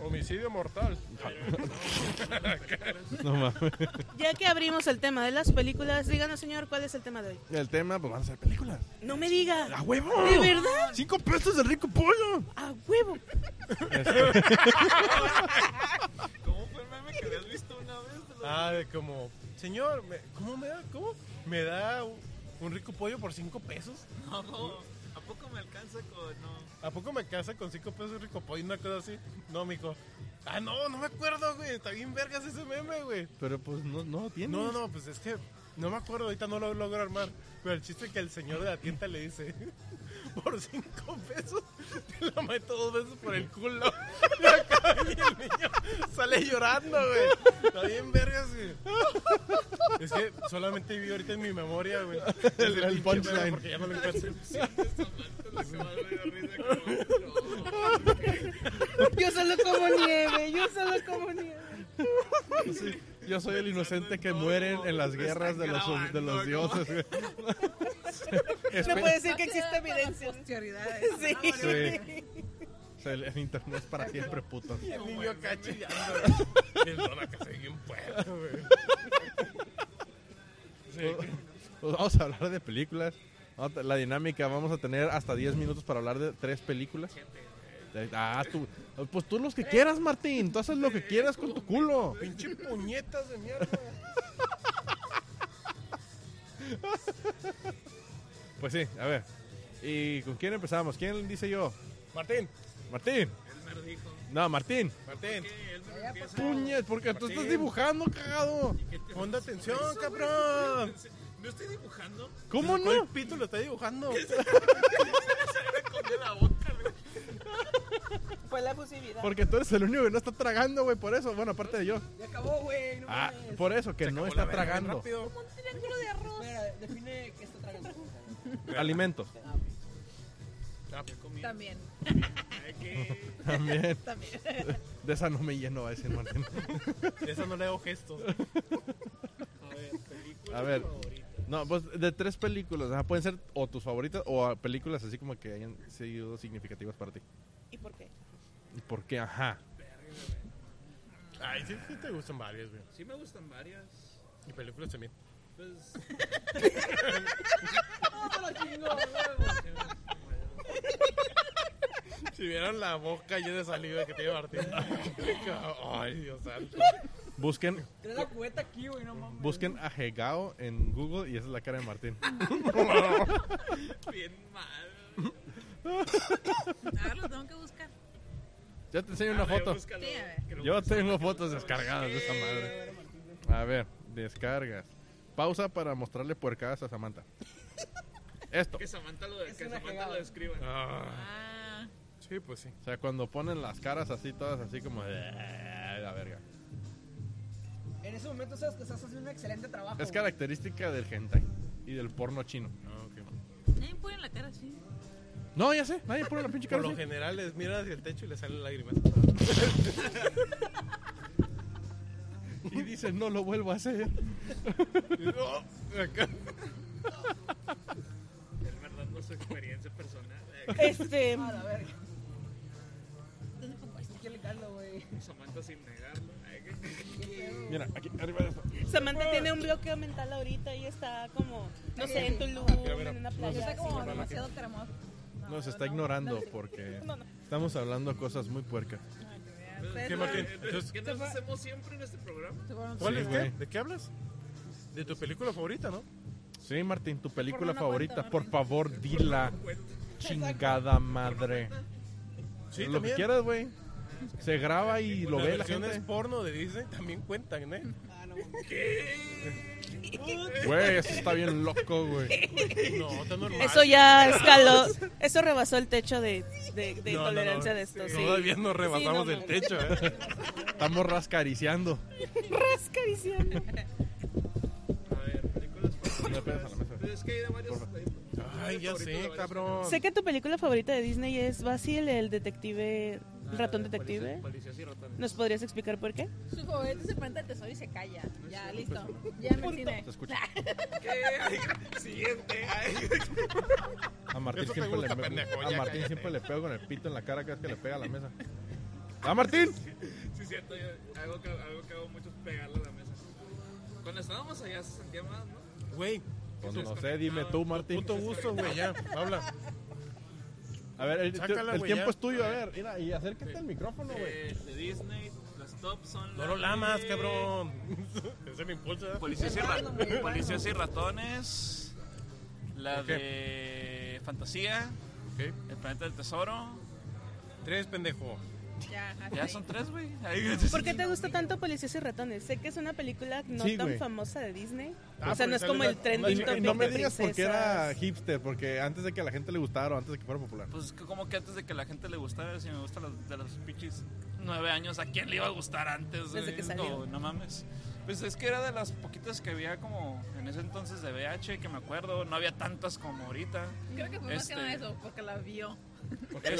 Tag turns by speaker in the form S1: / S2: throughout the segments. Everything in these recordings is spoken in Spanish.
S1: Homicidio mortal.
S2: No mames.
S3: Ya que abrimos el tema de las películas, díganos, señor, ¿cuál es el tema de hoy?
S2: El tema, pues van a ser películas.
S3: No me diga.
S1: Ah,
S2: ¡A huevo!
S3: ¿De verdad?
S2: ¡Cinco pesos del rico pollo!
S3: A huevo.
S4: ¿Cómo fue el meme que habías visto una vez? Te lo-
S1: Ah, de como, señor, me- ¿cómo me da? ¿Cómo? ¿Me da un, un rico pollo por cinco pesos?
S4: No, ¿A poco me alcanza con.? No.
S1: ¿A poco me casa con cinco pesos un rico pollo? Una cosa así. No, mijo. Ah, no, no me acuerdo, güey. Está bien vergas ese meme, güey.
S2: Pero pues no, no tiene.
S1: No, no, pues es que no me acuerdo, ahorita no lo logro armar. Pero el chiste que el señor de la tienda le dice, por cinco pesos, te la meto dos veces por el culo. Y acá y el niño sale llorando, güey. Está bien vergas, güey. Es que solamente vi ahorita en mi memoria, güey. Desde
S2: El- el
S1: pinche
S2: punchline.
S1: meme, Porque ya no lo encuentro.
S3: Yo solo como nieve, yo solo como nieve.
S2: Sí, Yo soy el inocente que muere en las guerras de los, de los dioses. güey.
S3: No puede decir que existe evidencia. Sí.
S2: Sí. O sea, el, el internet es para siempre, puto.
S1: Y el niño acá chillando, güey. Y el don acá se ve bien puesto, güey.
S2: Pues vamos a hablar de películas. Vamos a- La dinámica, vamos a tener hasta 10 minutos para hablar de tres películas. Eh, Ah, tú, pues tú los que quieras, Martín. Tú haces lo que quieras con tu culo.
S1: Pinche puñetas de mierda.
S2: Pues sí, a ver. ¿Y con quién empezamos? ¿Quién dice yo?
S1: Martín,
S2: Martín. No, Martín.
S1: Martín.
S2: Puñet, porque tú estás
S1: Martín.
S2: dibujando, cagado.
S1: Pon atención, cabrón.
S4: No estoy dibujando.
S2: ¿Cómo
S1: ¿Cuál
S2: no?
S1: pito lo está dibujando?
S4: Con la boca, güey.
S3: Fue la fusividad.
S2: Porque tú eres el único que no está tragando, güey, por eso. Bueno, aparte de yo.
S5: Ya acabó, güey. No
S2: Ah,
S5: mames.
S2: por eso, que no
S1: Acabó
S2: está
S1: la verga,
S2: tragando.
S1: rápido.
S3: triángulo de arroz.
S5: Espera, define qué está tragando.
S2: Alimentos.
S6: También.
S2: También.
S6: También.
S2: De esa no me lleno, va a decir Martín.
S1: De Esa no le hago gestos.
S4: A ver, película
S2: A ver.
S4: favorita.
S2: No, pues de tres películas. Ajá, pueden ser o tus favoritas o a películas así como que hayan sido significativas para ti.
S3: ¿Y por qué?
S2: ¿Y por qué? Ajá.
S1: Ay, sí, sí te gustan varias, güey.
S4: Sí me gustan varias.
S1: Y películas también.
S4: Pues.
S1: Si vieron la boca llena de saliva que tiene Martín. Ay, Dios santo.
S2: Busquen,
S5: Tiene la cubeta aquí, güey, no mames.
S2: busquen a Hegao en Google y esa es la cara de Martín.
S4: Bien mal.
S6: Ahora lo tengo que buscar.
S2: Yo te enseño una foto.
S4: Búscalo.
S6: Sí, a ver.
S4: Que lo
S2: Yo
S4: busques.
S2: tengo fotos descargadas de esa madre. A ver, descargas. Pausa para mostrarle puercadas a Samantha. Esto.
S4: Que Samantha lo, que
S5: una
S4: Samantha
S5: cagada.
S4: lo describa.
S1: Ah,
S6: Ah,
S1: sí, pues sí.
S2: O sea, cuando ponen las caras así, todas así como de "Ah, la verga.
S5: En ese momento sabes que estás haciendo un excelente trabajo.
S2: Es
S5: güey.
S2: característica del hentai y del porno chino.
S1: Ah, ok.
S6: nadie me pone en la cara así.
S2: No, ya sé, nadie pone la pinche
S1: Por
S2: cara.
S1: lo
S2: así.
S1: general les mira hacia el techo y les salen lágrimas.
S2: Y dicen, no lo vuelvo a hacer.
S1: Oh, acá.
S4: Es verdad, no es su experiencia personal. Eh,
S3: Este.
S5: A Ah, la verga.
S6: ¿Dónde pongo esto?
S5: ¿Quién le caldo, güey?
S6: pues,
S4: Samantha sin negarlo. Ay, que-
S5: ¿Qué pedo?
S2: Mira, aquí, arriba de esto.
S3: Samantha tiene un bloqueo mental ahorita y está como, no sé, en
S1: Ah,
S3: Tulum, en una
S6: Yo
S3: playa.
S6: está como
S3: así.
S6: demasiado caramoso. No,
S2: Nos está
S6: no,
S2: ignorando
S6: no, sí.
S2: porque
S3: No, no.
S2: estamos hablando cosas muy puercas.
S6: Ay, que veas.
S1: ¿Qué,
S6: Pero-
S1: Martín?
S4: Entonces, ¿Qué nos hacemos siempre en este programa?
S6: Te fueron-
S1: ¿Cuál
S2: Sí,
S1: es
S2: güey.
S1: qué? ¿De qué hablas? De tu película favorita, ¿no?
S2: Sí, Martín, tu película
S6: no
S2: favorita.
S6: aguanta,
S2: por
S6: Martín.
S2: favor, dila. Chingada madre.
S1: Sí,
S2: lo
S1: también.
S2: que quieras, güey. Se graba y lo
S1: Las
S2: ve la
S1: versiones
S2: gente.
S1: porno de Disney también cuentan, ¿eh?
S5: Ah, no mames.
S2: Güey, eso está bien loco, güey.
S1: No, está normal.
S3: Eso ya escaló, eso rebasó el techo de, de, de
S1: No, no,
S3: tolerancia
S1: no.
S3: de esto. Sí.
S1: Todavía no rebasamos
S3: Sí, no,
S1: el
S3: no.
S1: techo, ¿eh?
S2: Estamos rascariciando.
S3: Rascariciando.
S4: A ver, películas
S2: No le pegas a la mesa.
S4: favoritas. Pues es que hay de varios.
S1: Ay, ya sé, cabrón.
S3: Sé que tu película favorita de Disney es Basil, el detective,
S4: Ah,
S3: el ratón detective.
S4: Policías y ratones.
S3: ¿Nos podrías explicar por qué?
S6: Su juguete se enfrenta al tesoro y se calla. Ya, listo. Ya me tiene.
S2: Se escucha.
S4: ¿Qué? Ay, Siguiente. Ay,
S2: A Martín,
S1: Eso te
S2: siempre,
S1: gusta,
S2: le,
S1: pendejo,
S2: a
S1: ya
S2: Martín
S1: cállate.
S2: siempre le pego con el pito en la cara cada vez que le pega a la mesa. ¿Ah, Martín?
S4: Sí, cierto, yo, algo, que, algo que hago mucho es pegarle a la mesa. Cuando estábamos allá se sentía más, ¿no?
S1: Güey,
S2: Pues no sé, dime tú, Martín.
S1: puto gusto, güey, ya, habla.
S2: A ver, el,
S1: Sácala,
S2: el
S1: güey,
S2: tiempo
S1: ya.
S2: es tuyo, a ver. Mira, y acércate al micrófono, güey.
S4: Eh, de Disney, los tops son.
S1: No lo
S4: la
S1: lamas,
S4: de-
S1: cabrón. Ese me impulsa.
S2: Pues,
S4: Policías y, ra- Policías y ratones. La
S1: Ok.
S4: de fantasía.
S1: Ok.
S4: El planeta del tesoro.
S1: Tres, pendejo.
S6: Ya, hasta
S4: Ya
S6: ahí.
S4: son tres, güey. Ahí-
S3: ¿Por qué te gusta tanto Policías y Ratones? Sé que es una película no
S2: Sí,
S3: tan
S2: güey.
S3: famosa de Disney.
S1: Ah,
S3: o sea, no
S1: porque
S3: es como
S1: sale
S3: el
S1: una-
S3: trending
S2: Y-
S3: topic
S2: y no me
S3: de
S2: digas por qué era
S3: princesas.
S2: hipster, porque antes de que a la gente le gustara o antes de que fuera popular.
S4: Pues que como que antes de que la gente le gustara, si me gustan los, de los pichis nueve años, ¿a quién le iba a gustar antes?
S3: Desde
S4: güey?
S3: que salió.
S4: No, no mames. Pues es que era de las poquitas que había como en ese entonces de VH, que me acuerdo, no había tantas como ahorita.
S6: Creo que fue más que
S4: Este.
S6: nada eso, porque la vio.
S4: Este,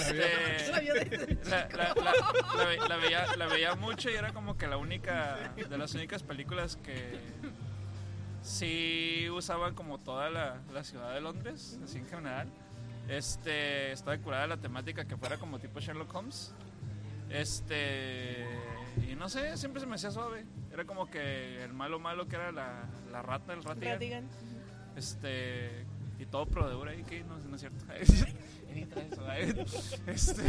S6: La vio desde
S4: la, la- la- la ve- la veía, la veía mucho y era como que la única, de las únicas películas que sí usaban como toda la, la ciudad de Londres, así en general. Este, estaba curada la temática que fuera como tipo Sherlock Holmes. Este, y no sé, siempre se me hacía suave. Era como que el malo malo que era la, la rata, el ratilla.
S3: Radigan.
S4: Este. Y todo proveedor ahí, que no, no es cierto. Ni traes eso, ¿eh? este.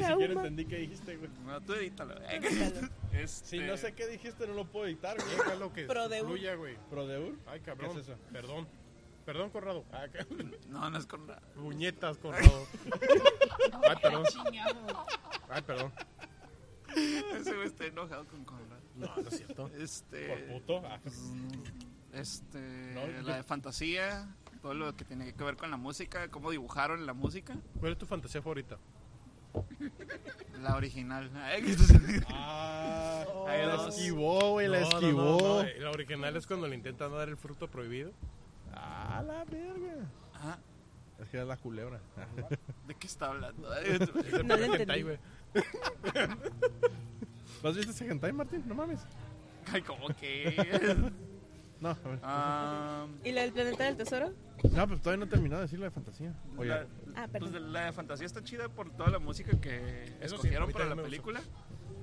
S3: Trauma.
S2: qué dijiste, güey.
S4: No, tú edítalo. ¿eh?
S3: Edítalo.
S4: Este,
S2: Si no sé qué dijiste, no lo puedo editar, güey.
S1: Déjalo que
S3: Pro de un-
S1: fluya, güey.
S2: Prodeur.
S1: Ay, cabrón.
S2: ¿Qué es eso?
S1: Perdón. Perdón, Corrado. Ah, ca-
S4: No, no es con nada.
S1: Puñetas, Corrado. Ay, perdón.
S6: chingado.
S1: Ay, perdón.
S4: Ese güey está enojado con Conrad.
S1: No, no es cierto. Eh.
S2: Por
S4: Este.
S2: puto. Ah,
S4: Este.
S2: No,
S4: la
S2: yo-
S4: de fantasía. Todo lo que tiene que ver con la música. Cómo dibujaron la música.
S1: ¿Cuál es tu fantasía favorita?
S4: La original. ¿eh?
S3: Oh,
S4: Hay
S2: la
S4: dos.
S2: esquivó, güey, la
S1: No, no,
S2: esquivó.
S1: no, eh. no, La original es cuando le intentan dar el fruto prohibido.
S2: Ah, la verga.
S4: Ajá.
S2: Es que era la culebra.
S4: ¿De qué está hablando? ¿eh?
S1: Ese
S3: No lo
S1: pinche
S3: entendí.
S1: hentai, güey.
S2: ¿Lo has visto ese hentai, Martín? No mames.
S4: Ay, ¿cómo que?
S2: No, a ver.
S4: Ah,
S3: ¿Y la del planeta del tesoro?
S2: No, pues todavía no he terminado de decir la de fantasía. Oye,
S4: La,
S3: Ah,
S4: pues,
S3: perdón.
S4: la de fantasía está chida por toda la música que
S1: Eso sí, a
S4: escogieron
S1: mí
S4: para la
S1: también me
S4: película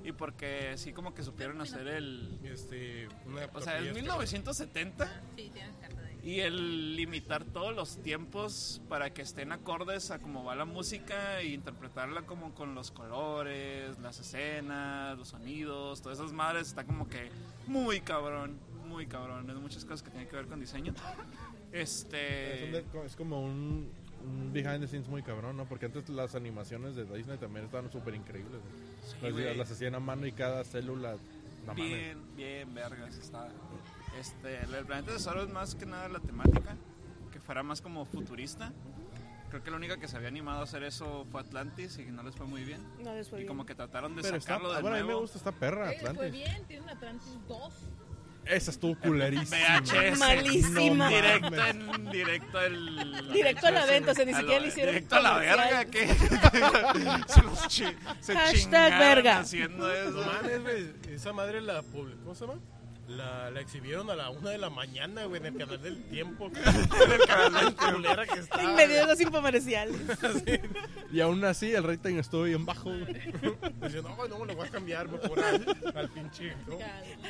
S4: y porque sí como que supieron hacer el...
S1: Este, una
S4: O
S1: tortilla
S4: sea, el
S1: este,
S4: 1970
S6: Sí, tienes carta de ahí.
S4: y el limitar todos los tiempos para que estén acordes a cómo va la música e interpretarla como con los colores, las escenas, los sonidos, todas esas madres, está como que muy cabrón, muy cabrón. Es muchas cosas que tienen que ver con diseño.
S2: es
S4: Este...
S2: un- Es como un, un behind the scenes muy cabrón, ¿no? Porque antes las animaciones de Disney también estaban súper increíbles. güey.
S4: sí,
S2: Las,
S4: güey.
S2: pues, las hacían a mano y cada célula. No mames.
S4: Bien, bien, vergas, está. Este, el planeta de tesoro es más que nada la temática, que fuera más como futurista. Creo que la única que se había animado a hacer eso fue Atlantis y no les fue muy bien.
S3: No, después
S4: Y
S3: bien.
S4: como que trataron de
S2: Pero está, ah,
S4: sacarlo de
S2: bueno, a mí me
S4: nuevo.
S2: gusta esta perra,
S6: Oye, Fue
S2: Atlantis.
S6: bien, tiene una Atlantis 2.
S2: Esa estuvo culerísima.
S4: VHS.
S3: Malísima.
S2: No mames.
S4: Directo, en, directo el...
S3: Directo a la venta, o sea, ni
S4: a lo-
S3: siquiera le hicieron
S4: Directo a la
S3: comercial.
S4: verga, que... se los chi- se
S3: Hashtag
S4: chingaron
S3: verga.
S4: haciendo
S1: No
S4: eso.
S1: mames, güey. Esa madre la publi- ¿Cómo se llama? La, la exhibieron a la una de la mañana, güey, en el canal del tiempo. en el canal del culera que está.
S3: En medio de los infomerciales.
S2: Y aún así, el rating estuvo bien bajo. güey.
S1: Dice, no, güey, no me lo voy a cambiar, mejor al, al pinche. ¿no?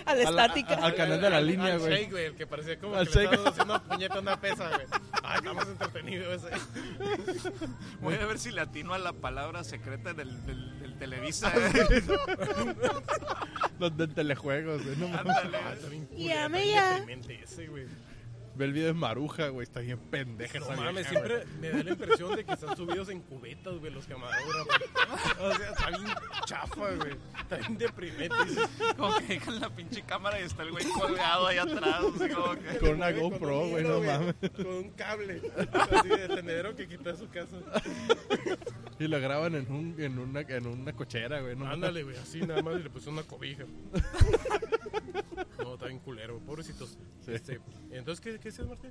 S3: A la
S2: A la-
S3: estática.
S2: a- al canal de la
S1: Al-
S2: línea,
S1: al
S2: güey.
S1: Shake, güey, el que parecía como
S2: Al
S1: que le
S2: Shake.
S1: estaban haciendo una puñeta a una pesa, güey. Ay, estamos entretenidos ese.
S4: Voy a ver si latino a la palabra secreta del, del, del Televisa. eh.
S2: Los de telejuegos, güey. No mames.
S4: Ándale.
S1: Ah, está bien
S3: Ya,
S1: culero,
S3: me
S1: bien
S3: ya.
S1: deprimente ese, güey.
S2: Ve el video de Maruja, güey. Está bien pendeja.
S1: No
S2: esa
S1: mames,
S2: vieja,
S1: siempre me da la impresión de que están subidos en cubetas, güey, los camarógrafos. O sea, está bien chafa, güey. Está bien deprimente. Dices,
S4: Como que dejan la pinche cámara y está el güey colgado ahí atrás. así como
S2: güey.
S4: que-
S2: Con una
S1: güey, con
S2: GoPro,
S1: un
S2: güey.
S1: hilo,
S2: No mames.
S1: Con un cable. Así de tendero que quita de su casa.
S2: Y la graban en, un, en, una, en una cochera, güey. No mames.
S1: Ándale, güey, así nada más y le puse una cobija. No, está bien culero, güey, pobrecitos.
S2: Sí.
S1: Este, entonces, ¿qué, qué es Martín?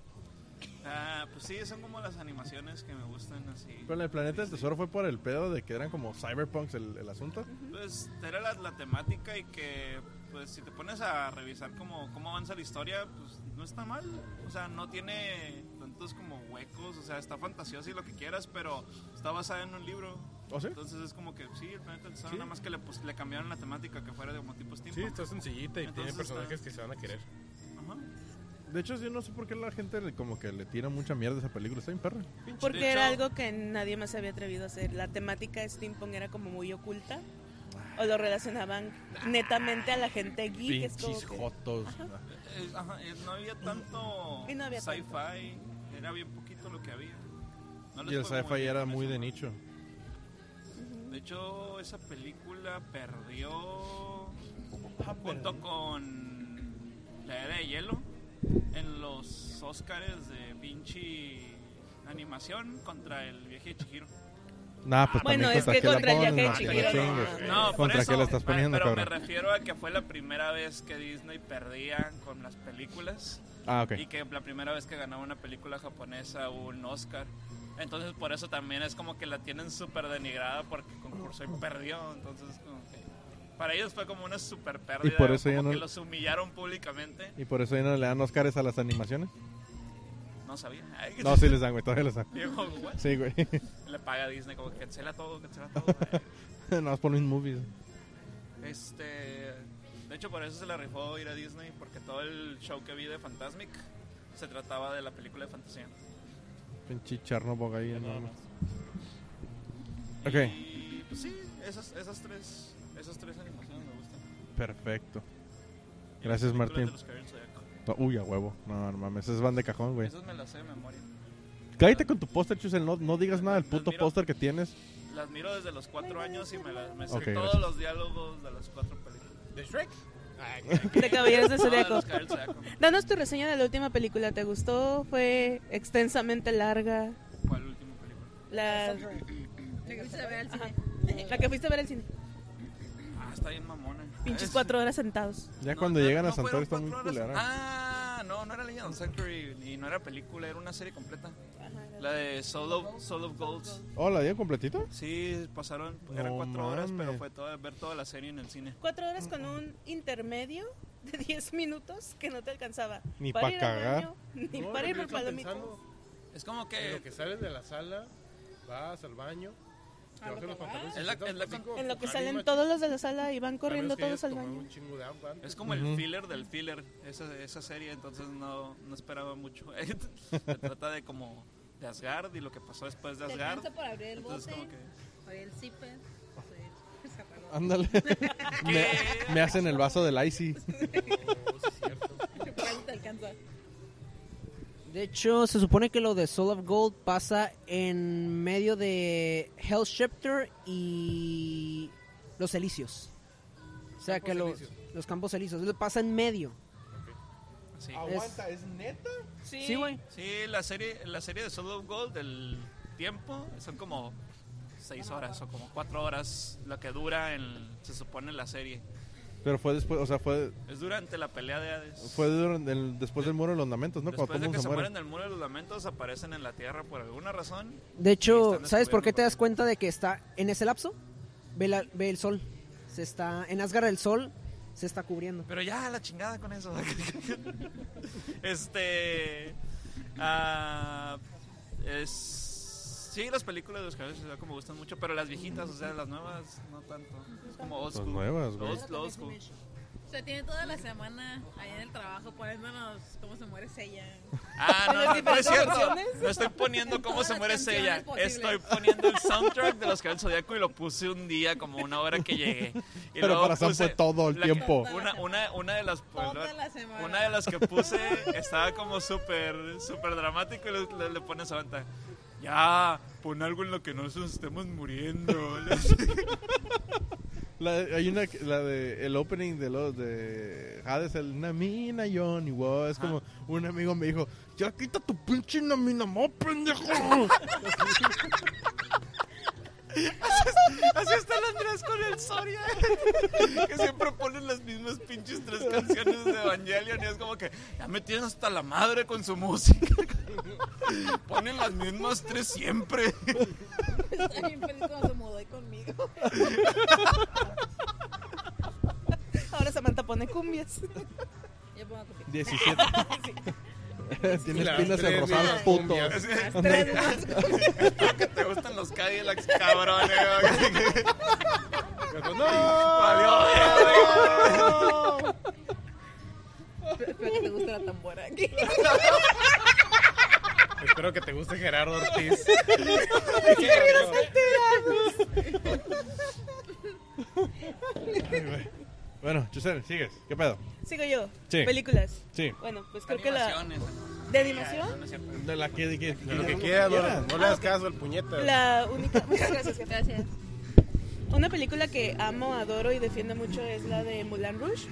S4: Ah, pues sí, son como las animaciones que me gustan así.
S2: Pero el planeta del tesoro fue por el pedo de que eran como cyberpunks el, el asunto.
S4: Pues era la, la temática y que, pues si te pones a revisar cómo, cómo avanza la historia, pues no está mal. O sea, no tiene tantos como huecos, o sea, está fantasiosa y lo que quieras, pero está basada en un libro.
S2: ¿O ¿Oh, sí?
S4: Entonces es como que sí, el planeta del tesoro,
S1: Sí.
S4: nada más que le, pues, le cambiaron la temática que fuera de como tipo Steam.
S1: Sí, está sencillita y tiene
S4: Entonces
S1: personajes
S4: está-
S1: que se van a querer.
S2: De hecho, yo no sé por qué la gente le- como que le tira mucha mierda a esa película. Está bien perra.
S3: Porque
S4: De
S3: era
S4: hecho-
S3: algo que nadie más se había atrevido a hacer. La temática de steampunk era como muy oculta. O lo relacionaban netamente a la gente geek. es como
S2: Pinches
S3: que-
S2: jotos.
S4: Eh, ajá, eh, no había tanto
S3: Y no había tanto.
S4: sci-fi, era bien poquito lo que había. No les
S2: Y el
S4: fue
S2: sci-fi
S4: bien
S2: era
S4: con
S2: muy
S4: eso.
S2: de nicho.
S4: De hecho, esa película perdió
S3: Ah,
S4: junto con La Era de Hielo en los Oscars de pinche animación contra el viaje de Chihiro.
S2: Nah, pues
S3: Bueno,
S2: también
S3: es que
S2: contra
S3: contra
S2: qué la
S3: el
S2: pones,
S3: viaje
S2: no,
S3: de
S2: que la
S3: Chihiro, no.
S2: chingues.
S4: No, por
S2: ¿Contra
S4: eso,
S2: qué la estás
S4: pe-
S2: poniendo,
S4: pero me
S2: cabrón?
S4: refiero a que fue la primera vez que Disney perdía con las películas.
S2: Ah, ok.
S4: y que la primera vez que ganaba una película japonesa un Oscar. Entonces por eso también es como que la tienen súper denigrada porque concursó y perdió. Entonces como que para ellos fue como una súper pérdida.
S2: Y por eso
S4: como
S2: ya no-
S4: que los humillaron públicamente.
S2: ¿Y por eso ahí no le dan Oscars a las animaciones?
S4: No sabía.
S2: No, sí les dan, güey. Todavía les dan.
S4: Digo, "What?".
S2: Sí, güey.
S4: Le paga a Disney como que cancela todo, cancela todo. güey.
S2: Nada más ponen movies.
S4: este, de hecho por eso se la rifó ir a Disney porque todo el show que vi de Fantasmic se trataba de la película de fantasía.
S2: Pinche Chernobog ahí.
S1: nada
S2: nada
S1: más.
S2: más. Ok,
S4: Y pues sí, esas, esas tres, esas tres animaciones me gustan.
S2: perfecto.
S4: Y
S2: Gracias,
S4: las películas
S2: Martín.
S4: de los Caballeros del Zodiaco.
S2: No, uy, a huevo. No, no mames. Esas van de cajón, güey.
S4: Esas me las sé de memoria.
S2: Cállate con tu póster, Chusel. No, no digas nada del
S4: Las
S2: puto
S4: miro.
S2: póster que tienes.
S4: Las miro desde los cuatro años y me, las, me sé
S2: Ok,
S4: todos
S2: gracias.
S4: los diálogos de las cuatro películas.
S1: ¿De Shrek?
S3: De Caballeros del
S4: No, de
S3: Zodiaco.
S4: los Caballeros del Zodiaco.
S3: Danos tu reseña de la última película. ¿Te gustó? ¿Fue extensamente larga?
S4: ¿Cuál última película?
S3: La,
S6: Me gusta ver al cine.
S3: la que fuiste a ver al cine.
S4: Ah, está bien mamona.
S3: Pinches
S4: Es-
S3: cuatro horas sentados.
S2: Ya
S4: no,
S2: cuando
S4: no,
S2: llegan
S4: no
S2: a Santor
S4: fueron
S2: está muy
S4: cuatro horas.
S2: culera.
S4: Ah, no, no era Legend of Sanctuary y no era película, era una serie completa. La de Soul of, Soul of Golds.
S2: Oh, ¿la dieron completita?
S4: Sí, pasaron, eran
S2: No
S4: cuatro horas, pero
S2: mames.
S4: fue toda, ver toda la serie en el cine.
S3: Cuatro horas con un intermedio de 10 minutos que no te alcanzaba.
S2: Ni
S3: Para
S2: pa'
S3: ir al
S2: cagar.
S3: baño, Ni para ir por palomitas.
S4: Es como
S1: En lo
S4: que
S1: que sales de la sala, vas al baño, te
S6: A
S1: bajas
S6: lo
S1: los
S6: que
S1: pantalones.
S6: vas.
S1: y
S4: Es la-
S1: te
S4: es la-
S1: tocas cinco
S3: En lo que
S1: cojadas,
S3: salen
S1: macho.
S3: todos los de la sala y van corriendo
S1: A menos que hayas
S3: todos al
S1: tomado
S3: baño.
S1: un chingo de agua antes.
S4: Es como el
S2: Ujú.
S4: filler del filler, esa, esa serie, entonces no, no esperaba mucho. Se trata de como de Asgard y lo que pasó después de
S6: Descansa
S4: Asgard.
S6: por abrir el bote,
S4: Entonces como que...
S6: abrir el zipper, abrir el zapato.
S2: Ándale. me, me hacen el vaso del Icy.
S1: Oh, sí, es cierto.
S6: Por ahí te alcanza.
S5: De hecho, se supone que lo de Soul of Gold pasa en medio de Hell Scepter y los Elíseos. O sea,
S1: Campos
S5: que los,
S1: Elíseos.
S5: los Campos Elíseos. Lo pasa en medio.
S4: Sí,
S2: Ah,
S5: Aguanta,
S2: ¿es neta?
S5: Sí, güey.
S4: sí la, serie, la serie de Solo Gold del tiempo son como seis horas o como cuatro horas lo que dura, en, se supone, la serie.
S2: Pero fue después, o sea, fue,
S4: Es durante la pelea de Hades.
S2: fue durante el- después del muro de los lamentos, ¿no?
S4: Después
S2: Cuando todo
S4: de
S2: el
S4: que
S2: mundo
S4: se
S2: se muere.
S4: mueren del Muro de los Lamentos, aparecen en la Tierra por alguna razón.
S5: De
S4: Sí,
S5: hecho,
S4: están
S5: ¿sabes por qué
S4: descubriendo
S5: te das
S4: cosas.
S5: cuenta de que está en ese lapso? Ve, la- ve el sol. Se está en Asgard el sol se está cubriendo.
S4: Pero ya, la chingada con eso. este. ah, es. Sí, las películas de los caballeros del Zodiaco me gustan mucho, pero las viejitas, o sea, las nuevas, no tanto. Es como old
S2: Las
S4: school.
S2: nuevas, güey.
S4: Old, old school.
S6: O sea, tiene toda la semana ahí en el trabajo poniéndonos cómo se muere ella.
S4: Ah,
S3: Pero
S4: no,
S3: las
S4: no, no es cierto.
S3: versiones.
S4: No estoy poniendo
S6: En
S4: cómo
S6: todas
S4: se
S6: las
S4: muere
S6: canciones
S4: ella.
S6: posibles.
S4: Estoy poniendo el soundtrack de los caballeros del Zodiaco y lo puse un día, como una hora que llegué. Y
S2: Pero
S4: luego
S2: para Sam fue
S4: puse
S2: todo el
S4: la-
S2: tiempo.
S4: Una, una, una de las. pues,
S6: Toda la semana.
S4: Una de las que puse estaba como súper, súper dramático y le, le, le pones a Samantha, Ya, pon algo en lo que no nos estemos muriendo.
S2: La, hay una, que- la de, el opening de los, de Hades, el Namina Johnny, wow, es como, un amigo me dijo, ya quita tu pinche Namina, mo, pendejo.
S4: Así está el Andrés con el Soria. Que siempre ponen las mismas pinches tres canciones de Evangelion. Y es como que ya me tienen hasta la madre con su música. Ponen las mismas tres siempre.
S6: Está bien feliz cuando se mudó ahí conmigo.
S3: Ahora Samantha pone cumbias.
S6: Yo pongo tu pie.
S2: 17. Tienes
S1: Las
S2: pilas de
S1: tres
S2: rosal,
S1: mismas
S2: puto.
S1: cumbias.
S4: Así- Es
S3: Tres más.
S4: que te gustan los Cadillacs, eh, cabrones.
S1: Pero ¡No!
S4: Valió verga.
S6: Espero que te guste la tambora aquí.
S1: Espero que te guste Gerardo Ortiz.
S2: Bueno, Chusel, sigues. ¿Qué pedo?
S3: Sigo yo.
S2: Sí.
S3: Películas.
S2: Sí.
S3: Bueno, pues creo que la.
S4: Animaciones.
S3: ¿De animación?
S4: No es cierto.
S2: De la que, que-
S1: De lo que quieras, no, no le das caso al puñeta.
S3: La única. Muchas gracias, jefe.
S6: Gracias.
S3: Una película que amo, adoro y defiendo mucho es la de Moulin Rouge.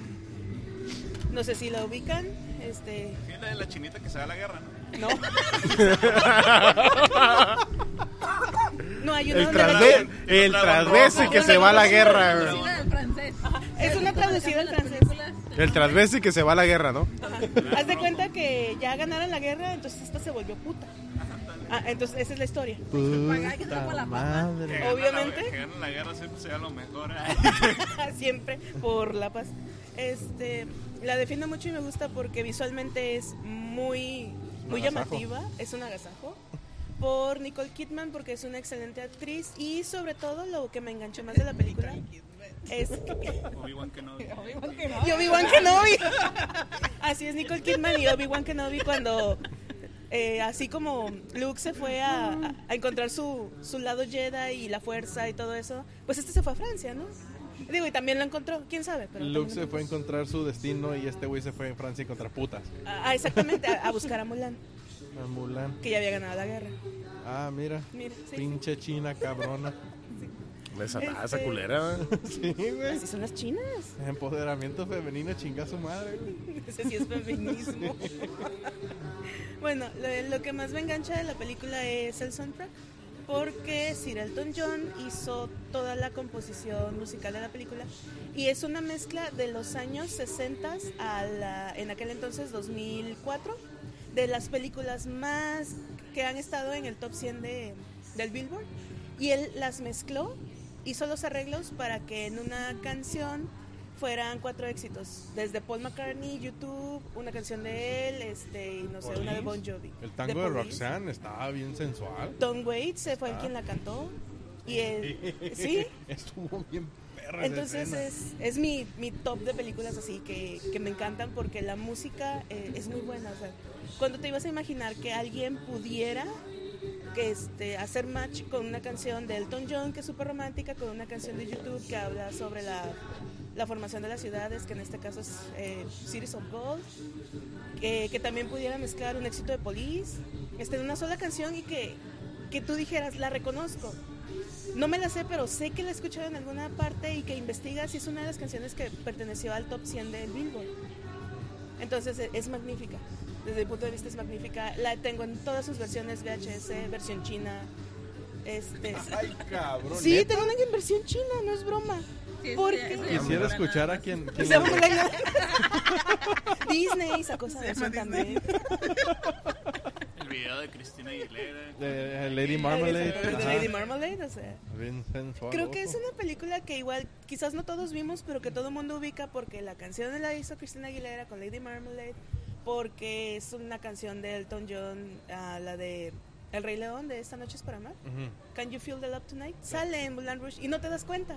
S3: No sé si la ubican. Este.
S4: Sí, la de la chinita que se da a la guerra, ¿no?
S3: No. No, hay una
S1: El
S3: donde la-
S1: trasve- el
S4: Dragon
S1: trasvese
S4: Rojo.
S1: que se va a la guerra.
S6: Sí,
S1: güey.
S6: la del francés.
S3: Es una traducida al francés.
S1: El trasvese que se va a la guerra, ¿no?
S3: Ajá. Haz de cuenta que ya ganaron la guerra, entonces esta se volvió puta. Ah, entonces esa es la historia.
S2: Puta
S4: Que gana
S2: madre.
S4: la-
S3: Obviamente.
S4: que gana la guerra siempre sea lo mejor.
S3: Siempre por la paz. Este, la defiendo mucho y me gusta porque visualmente es muy, muy
S2: agasajo.
S3: llamativa. Es un agasajo. Por Nicole Kidman porque es una excelente actriz y sobre todo lo que me enganchó más de la película es que-
S4: Obi-Wan Kenobi.
S3: y Obi-Wan Kenobi. Así es Nicole Kidman y Obi-Wan Kenobi cuando eh, así como Luke se fue a, a- a encontrar su, su lado Jedi y la fuerza y todo eso, pues este se fue a Francia, ¿no? Digo, y también lo encontró, quién sabe. Pero
S2: Luke
S3: también
S2: se
S3: lo
S2: fue a
S3: encontró.
S2: encontrar su destino y este güey se fue en Francia contra putas.
S3: Ah, exactamente, a, a buscar a Mulan,
S2: A Mulan.
S3: que ya había ganado la guerra.
S2: Ah, mira.
S3: Mira, sí.
S2: Pinche china cabrona.
S1: Desatada esa culera. güey.
S2: Sí, güey.
S3: Así son las chinas.
S2: Empoderamiento femenino, chinga su madre, güey.
S3: Ese sí es feminismo. bueno, lo, lo que más me engancha de la película es el soundtrack, porque Sir Elton John hizo toda la composición musical de la película y es una mezcla de los años 60 a la, en aquel entonces 2004, de las películas más que han estado en el top 100 de, del Billboard y él las mezcló, hizo los arreglos para que en una canción fueran cuatro éxitos, desde Paul McCartney, YouTube, una canción de él, este, y no sé, una de Bon Jovi.
S2: El tango de
S3: Police.
S2: Roxanne estaba bien sensual.
S3: Tom Waits se fue el quien la cantó y él, sí,
S2: Estuvo bien perra. esa
S3: entonces
S2: escena.
S3: es, es mi, mi top de películas así que, que me encantan porque la música eh, es muy buena. O sea, cuando te ibas a imaginar que alguien pudiera que este, hacer match con una canción de Elton John que es súper romántica, con una canción de YouTube que habla sobre la, la formación de las ciudades, que en este caso es eh, Cities of Gold, que, que también pudiera mezclar un éxito de Police este, en una sola canción y que, que tú dijeras, la reconozco. No me la sé, pero sé que la he escuchado en alguna parte y que investigas y es una de las canciones que perteneció al top 100 del Billboard. Entonces e- es magnífica. Desde mi punto de vista es magnífica. La tengo en todas sus versiones VHS, versión china. Este,
S2: Ay, cabrón.
S3: sí,
S2: neta.
S3: tengo una en versión china, no es broma. ¿Por qué?
S2: Quisiera escuchar a quien. quien
S3: Se
S2: la-
S3: llama Mulan. Disney sacó esa versión también.
S4: El video de Cristina Aguilera.
S2: de Lady Marmalade.
S3: De
S2: ajá.
S3: Lady Marmalade, o sea.
S2: Bien sensual.
S3: Creo que es
S2: ojo.
S3: una película que igual quizás no todos vimos, pero que todo el mundo ubica porque la canción la hizo Cristina Aguilera con Lady Marmalade, porque es una canción de Elton John, ah, la de El Rey León de Esta Noche es para Amar.
S2: Ujú.
S3: Can You Feel the Love Tonight? Sale en Moulin Rouge y no te das cuenta.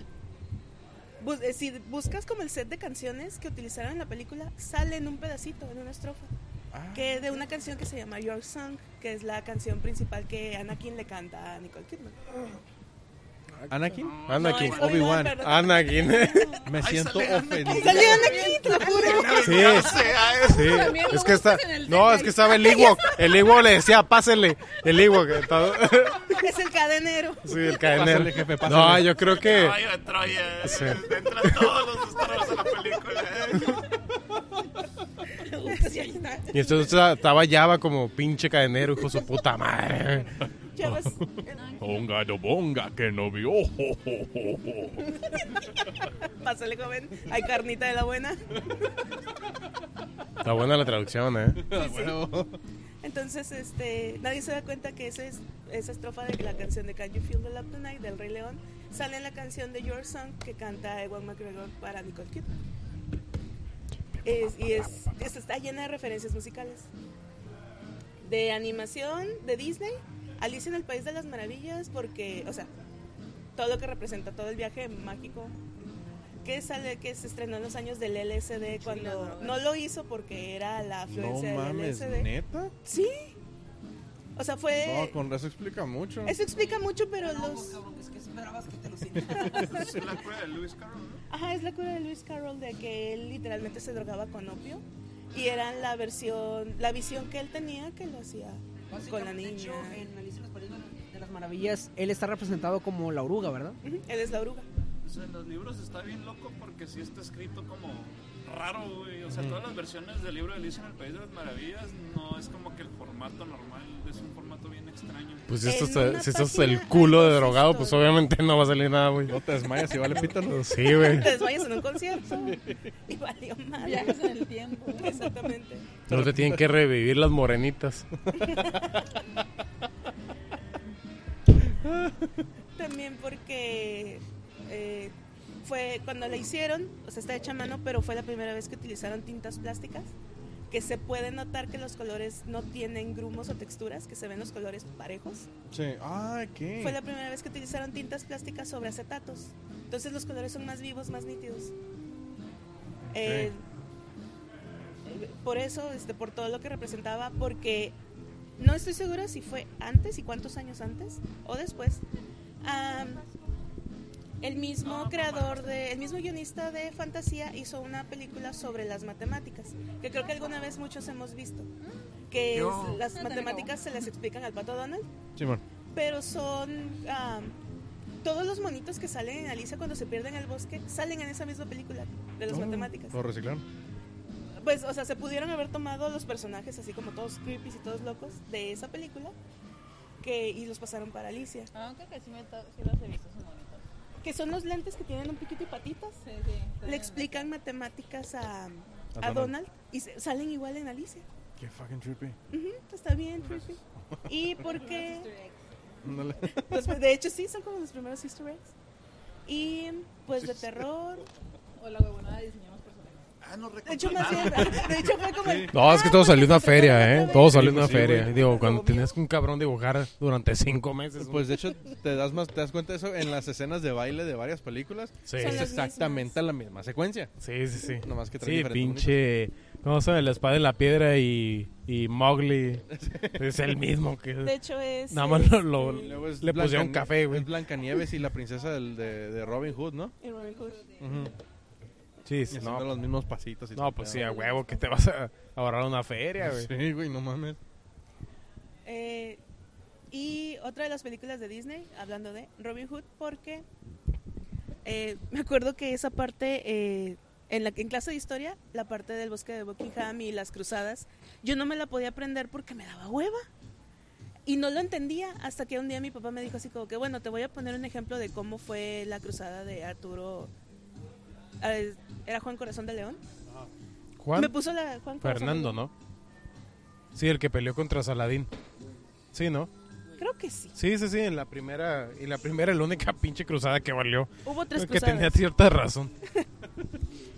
S3: Bus- eh, si buscas como el set de canciones que utilizaron en la película, sale en un pedacito, en una estrofa,
S2: Ah,
S3: que de una canción que se llama Your Song, que es la canción principal que Anakin le canta a Nicole Kidman.
S2: Anakin,
S1: Anakin.
S3: No, es
S2: Obi-Wan.
S3: perdón.
S1: Anakin.
S2: me siento
S4: sale Anakin.
S2: ofendido.
S3: Salió Ah. Anakin, te lo juro.
S1: Sí. Sí.
S6: También lo
S1: Es que está.
S6: buscas en el
S1: No,
S6: set
S1: es que
S6: ahí.
S1: estaba el Ewok. El Ewok le decía, pásele. El Ewok. estaba-
S3: Es el cadenero.
S1: Sí, el cadenero.
S2: Pásale, jefe, pásale.
S1: No, yo creo que.
S4: Caballo de Troya.
S1: Sí.
S4: Entran todos los Star Wars a la película.
S3: pues ya está.
S1: Y entonces estaba Java como pinche cadenero, hijo de su puta madre.
S3: Chavas,
S2: Bonga no bonga que no vio.
S3: pásale, joven. Hay carnita de la buena.
S1: Está buena la traducción, ¿eh?
S3: Entonces, este, nadie se da cuenta que esa, es, esa estrofa de la canción de Can You Feel the Love Tonight del Rey León sale en la canción de Your Song que canta Ewan McGregor para Nicole Kidman. Es- y es, es- está llena de referencias musicales. De animación, de Disney, Alicia en el País de las Maravillas, porque, o sea, todo lo que representa, todo el viaje mágico que sale, que se estrenó en los años del LSD cuando no lo hizo porque era la
S2: No
S3: afluencia del
S2: mames,
S3: LSD.
S2: neta.
S3: Sí. O sea, fue.
S2: No, con eso explica mucho.
S3: Eso explica mucho, pero los.
S5: es que esperabas que te lo
S4: Es la cura de Lewis Carroll, ¿no?
S3: Ajá, es la cura de Lewis Carroll de que él literalmente se drogaba con opio. Y era la versión, la visión que él tenía que lo hacía con la niña.
S5: en Alicia en los Países de las Maravillas, él está representado como la oruga, ¿verdad?
S3: Ujú, Él es la oruga.
S4: O sea, en los libros está bien loco porque sí está escrito como raro, güey. O sea, todas las versiones del libro de Alicia en el País de las Maravillas no es como que el formato normal, es un formato bien extraño.
S1: Pues si esto
S3: En
S1: está-
S3: una
S1: si esto es
S3: página
S1: el culo
S3: hay
S1: de
S3: dos
S1: drogado, pues
S3: historias.
S1: obviamente no va a salir nada, güey.
S2: No te desmayas y vale pítalo.
S1: Sí, güey.
S3: Te desmayas en un concierto. Y valió madre.
S6: Viajes en el tiempo.
S3: Exactamente.
S1: No te tienen que revivir las morenitas.
S3: También porque eh, fue cuando la hicieron, o sea, está hecha a mano, pero fue la primera vez que utilizaron tintas plásticas, que se puede notar que los colores no tienen grumos o texturas, que se ven los colores parejos.
S2: Sí. Ah, ¿qué?
S3: Fue la primera vez que utilizaron tintas plásticas sobre acetatos. Entonces los colores son más vivos, más nítidos. Eh, por eso, este, por todo lo que representaba, porque no estoy segura si fue antes y cuántos años antes o después. Am, el mismo creador de, el mismo guionista de fantasía hizo una película sobre las matemáticas, que creo que alguna vez muchos hemos visto, que es-
S4: Yo.
S3: las matemáticas se las explican al pato Donald
S2: Simón.
S3: pero son am, todos los monitos que salen en Alicia cuando se pierden en el bosque salen en esa misma película de las
S2: Oh,
S3: matemáticas.
S2: Lo reciclaron.
S3: Pues, o sea, se pudieron haber tomado los personajes así como todos creepy y todos locos de esa película que y los pasaron para Alicia,
S6: Ah, creo que sí, me to- sí las he visto, son bonitas.
S3: que son los lentes que tienen un piquito y patitas.
S6: Sí, sí.
S3: Le explican matemáticas a, a
S2: Donald.
S3: Donald y se- salen igual en Alicia.
S2: Qué fucking trippy.
S3: Ujú, está bien, creepy. Y porque
S2: Ándale.
S3: los- de hecho sí son como los primeros Easter eggs. Y pues de terror,
S6: O la huevonada diseñamos personajes.
S4: Ah, no
S3: De hecho, más bien, de hecho fue como el...
S1: No, es que todo salió de una feria, ¿eh? Todo salió de una
S2: Sí, güey.
S1: feria. Digo, cuando tenías que un cabrón dibujar durante cinco meses.
S2: Pues de hecho, te das más, te das cuenta de eso en las escenas de baile de varias películas.
S1: Sí,
S3: Son
S2: Es
S3: las
S2: exactamente la misma secuencia.
S1: sí, sí. sí.
S2: Nomás que trae
S1: Sí,
S2: diferente
S1: pinche. ¿Cómo se llama? La espada en la piedra y, y Mowgli. Es el mismo
S3: De
S1: que.
S3: hecho es...
S1: Nada más lo-
S2: bonito.
S1: lo-
S2: Y luego es
S1: le
S2: Blancanie-
S1: pusieron café, güey.
S2: Es Blancanieves y la princesa del- de, de Robin Hood, ¿no?
S3: en Robin Hood.
S2: Ujú.
S1: Sí,
S2: Y
S1: sí,
S2: haciendo
S1: no.
S2: los mismos pasitos. y
S1: No,
S2: todo.
S1: pues
S7: Ah,
S1: sí, a huevo, que te vas a ahorrar una feria, güey.
S2: Sí, güey, no mames.
S3: Eh, y otra de las películas de Disney, hablando de Robin Hood, porque eh, me acuerdo que esa parte, eh, en, la, en clase de historia, la parte del bosque de Buckingham y las cruzadas, yo no me la podía aprender porque me daba hueva. Y no lo entendía hasta que un día mi papá me dijo así como que, bueno, te voy a poner un ejemplo de cómo fue la cruzada de Arturo... eh, ¿Era Juan Corazón de León? Me
S1: Juan
S3: puso la Juan Corazón de
S1: Fernando,
S3: León.
S1: ¿no? Sí, el que peleó contra Saladín. Sí, ¿no?
S3: Creo que sí.
S1: Sí, sí, sí, en la primera, y la primera, la única pinche cruzada que valió,
S3: Hubo tres
S1: que tenía
S3: cruzadas.
S1: cierta razón.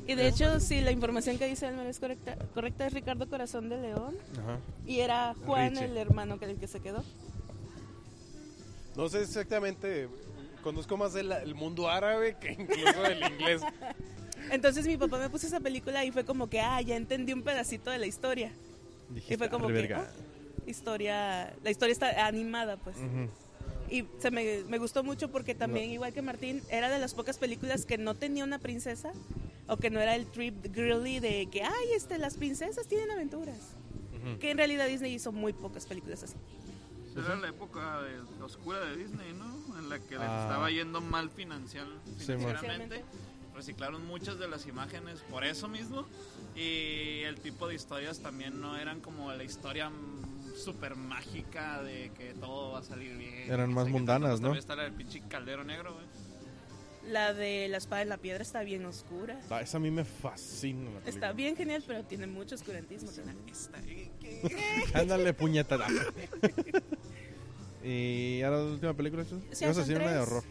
S3: Y de hecho, sí, la información que dice Elmer es correcta, correcta es Ricardo Corazón de León.
S2: Ajá.
S3: Y era Juan
S2: Richie.
S3: el hermano que el que se quedó.
S7: No sé exactamente. Conozco más el, el mundo árabe que incluso el inglés.
S3: Entonces mi papá me puso esa película y fue como que, ah, ya entendí un pedacito de la historia.
S2: Dijiste,
S3: Y fue como
S2: "Arre,
S3: que,
S2: "Ah,
S3: "Ah".
S2: verga".
S3: Historia, la historia está animada, pues.
S2: Ujú.
S3: Y se me, me gustó mucho porque también, igual que Martín, era de las pocas películas que no tenía una princesa o que no era el trip girly de que, ay, este, las princesas tienen aventuras.
S2: Ujú.
S3: Que en realidad Disney hizo muy pocas películas así.
S4: Era la época de- oscura de Disney, ¿no? En la que les
S2: Ah.
S4: estaba yendo mal financial,
S2: Sí, man.
S4: financieramente. reciclaron muchas de las imágenes por eso mismo. Y el tipo de historias también no eran como la historia mm, súper mágica de que todo va a salir bien.
S2: Eran
S4: que
S2: más
S4: sé qué tanto,
S2: mundanas,
S4: pues,
S2: ¿no?
S4: también está la del pinche caldero negro, güey.
S3: La de la espada en la piedra está bien oscura.
S2: Ah, Esa a mí me fascina. la
S3: Está
S2: película.
S3: bien genial, pero tiene mucho oscurantismo. también.
S4: Esta- ¿qué- qué?
S2: Ándale, puñetada. y ahora la última película, ¿sí?
S3: Sí,
S2: Ibas a
S3: son
S2: decir una de
S3: tres.
S2: horror.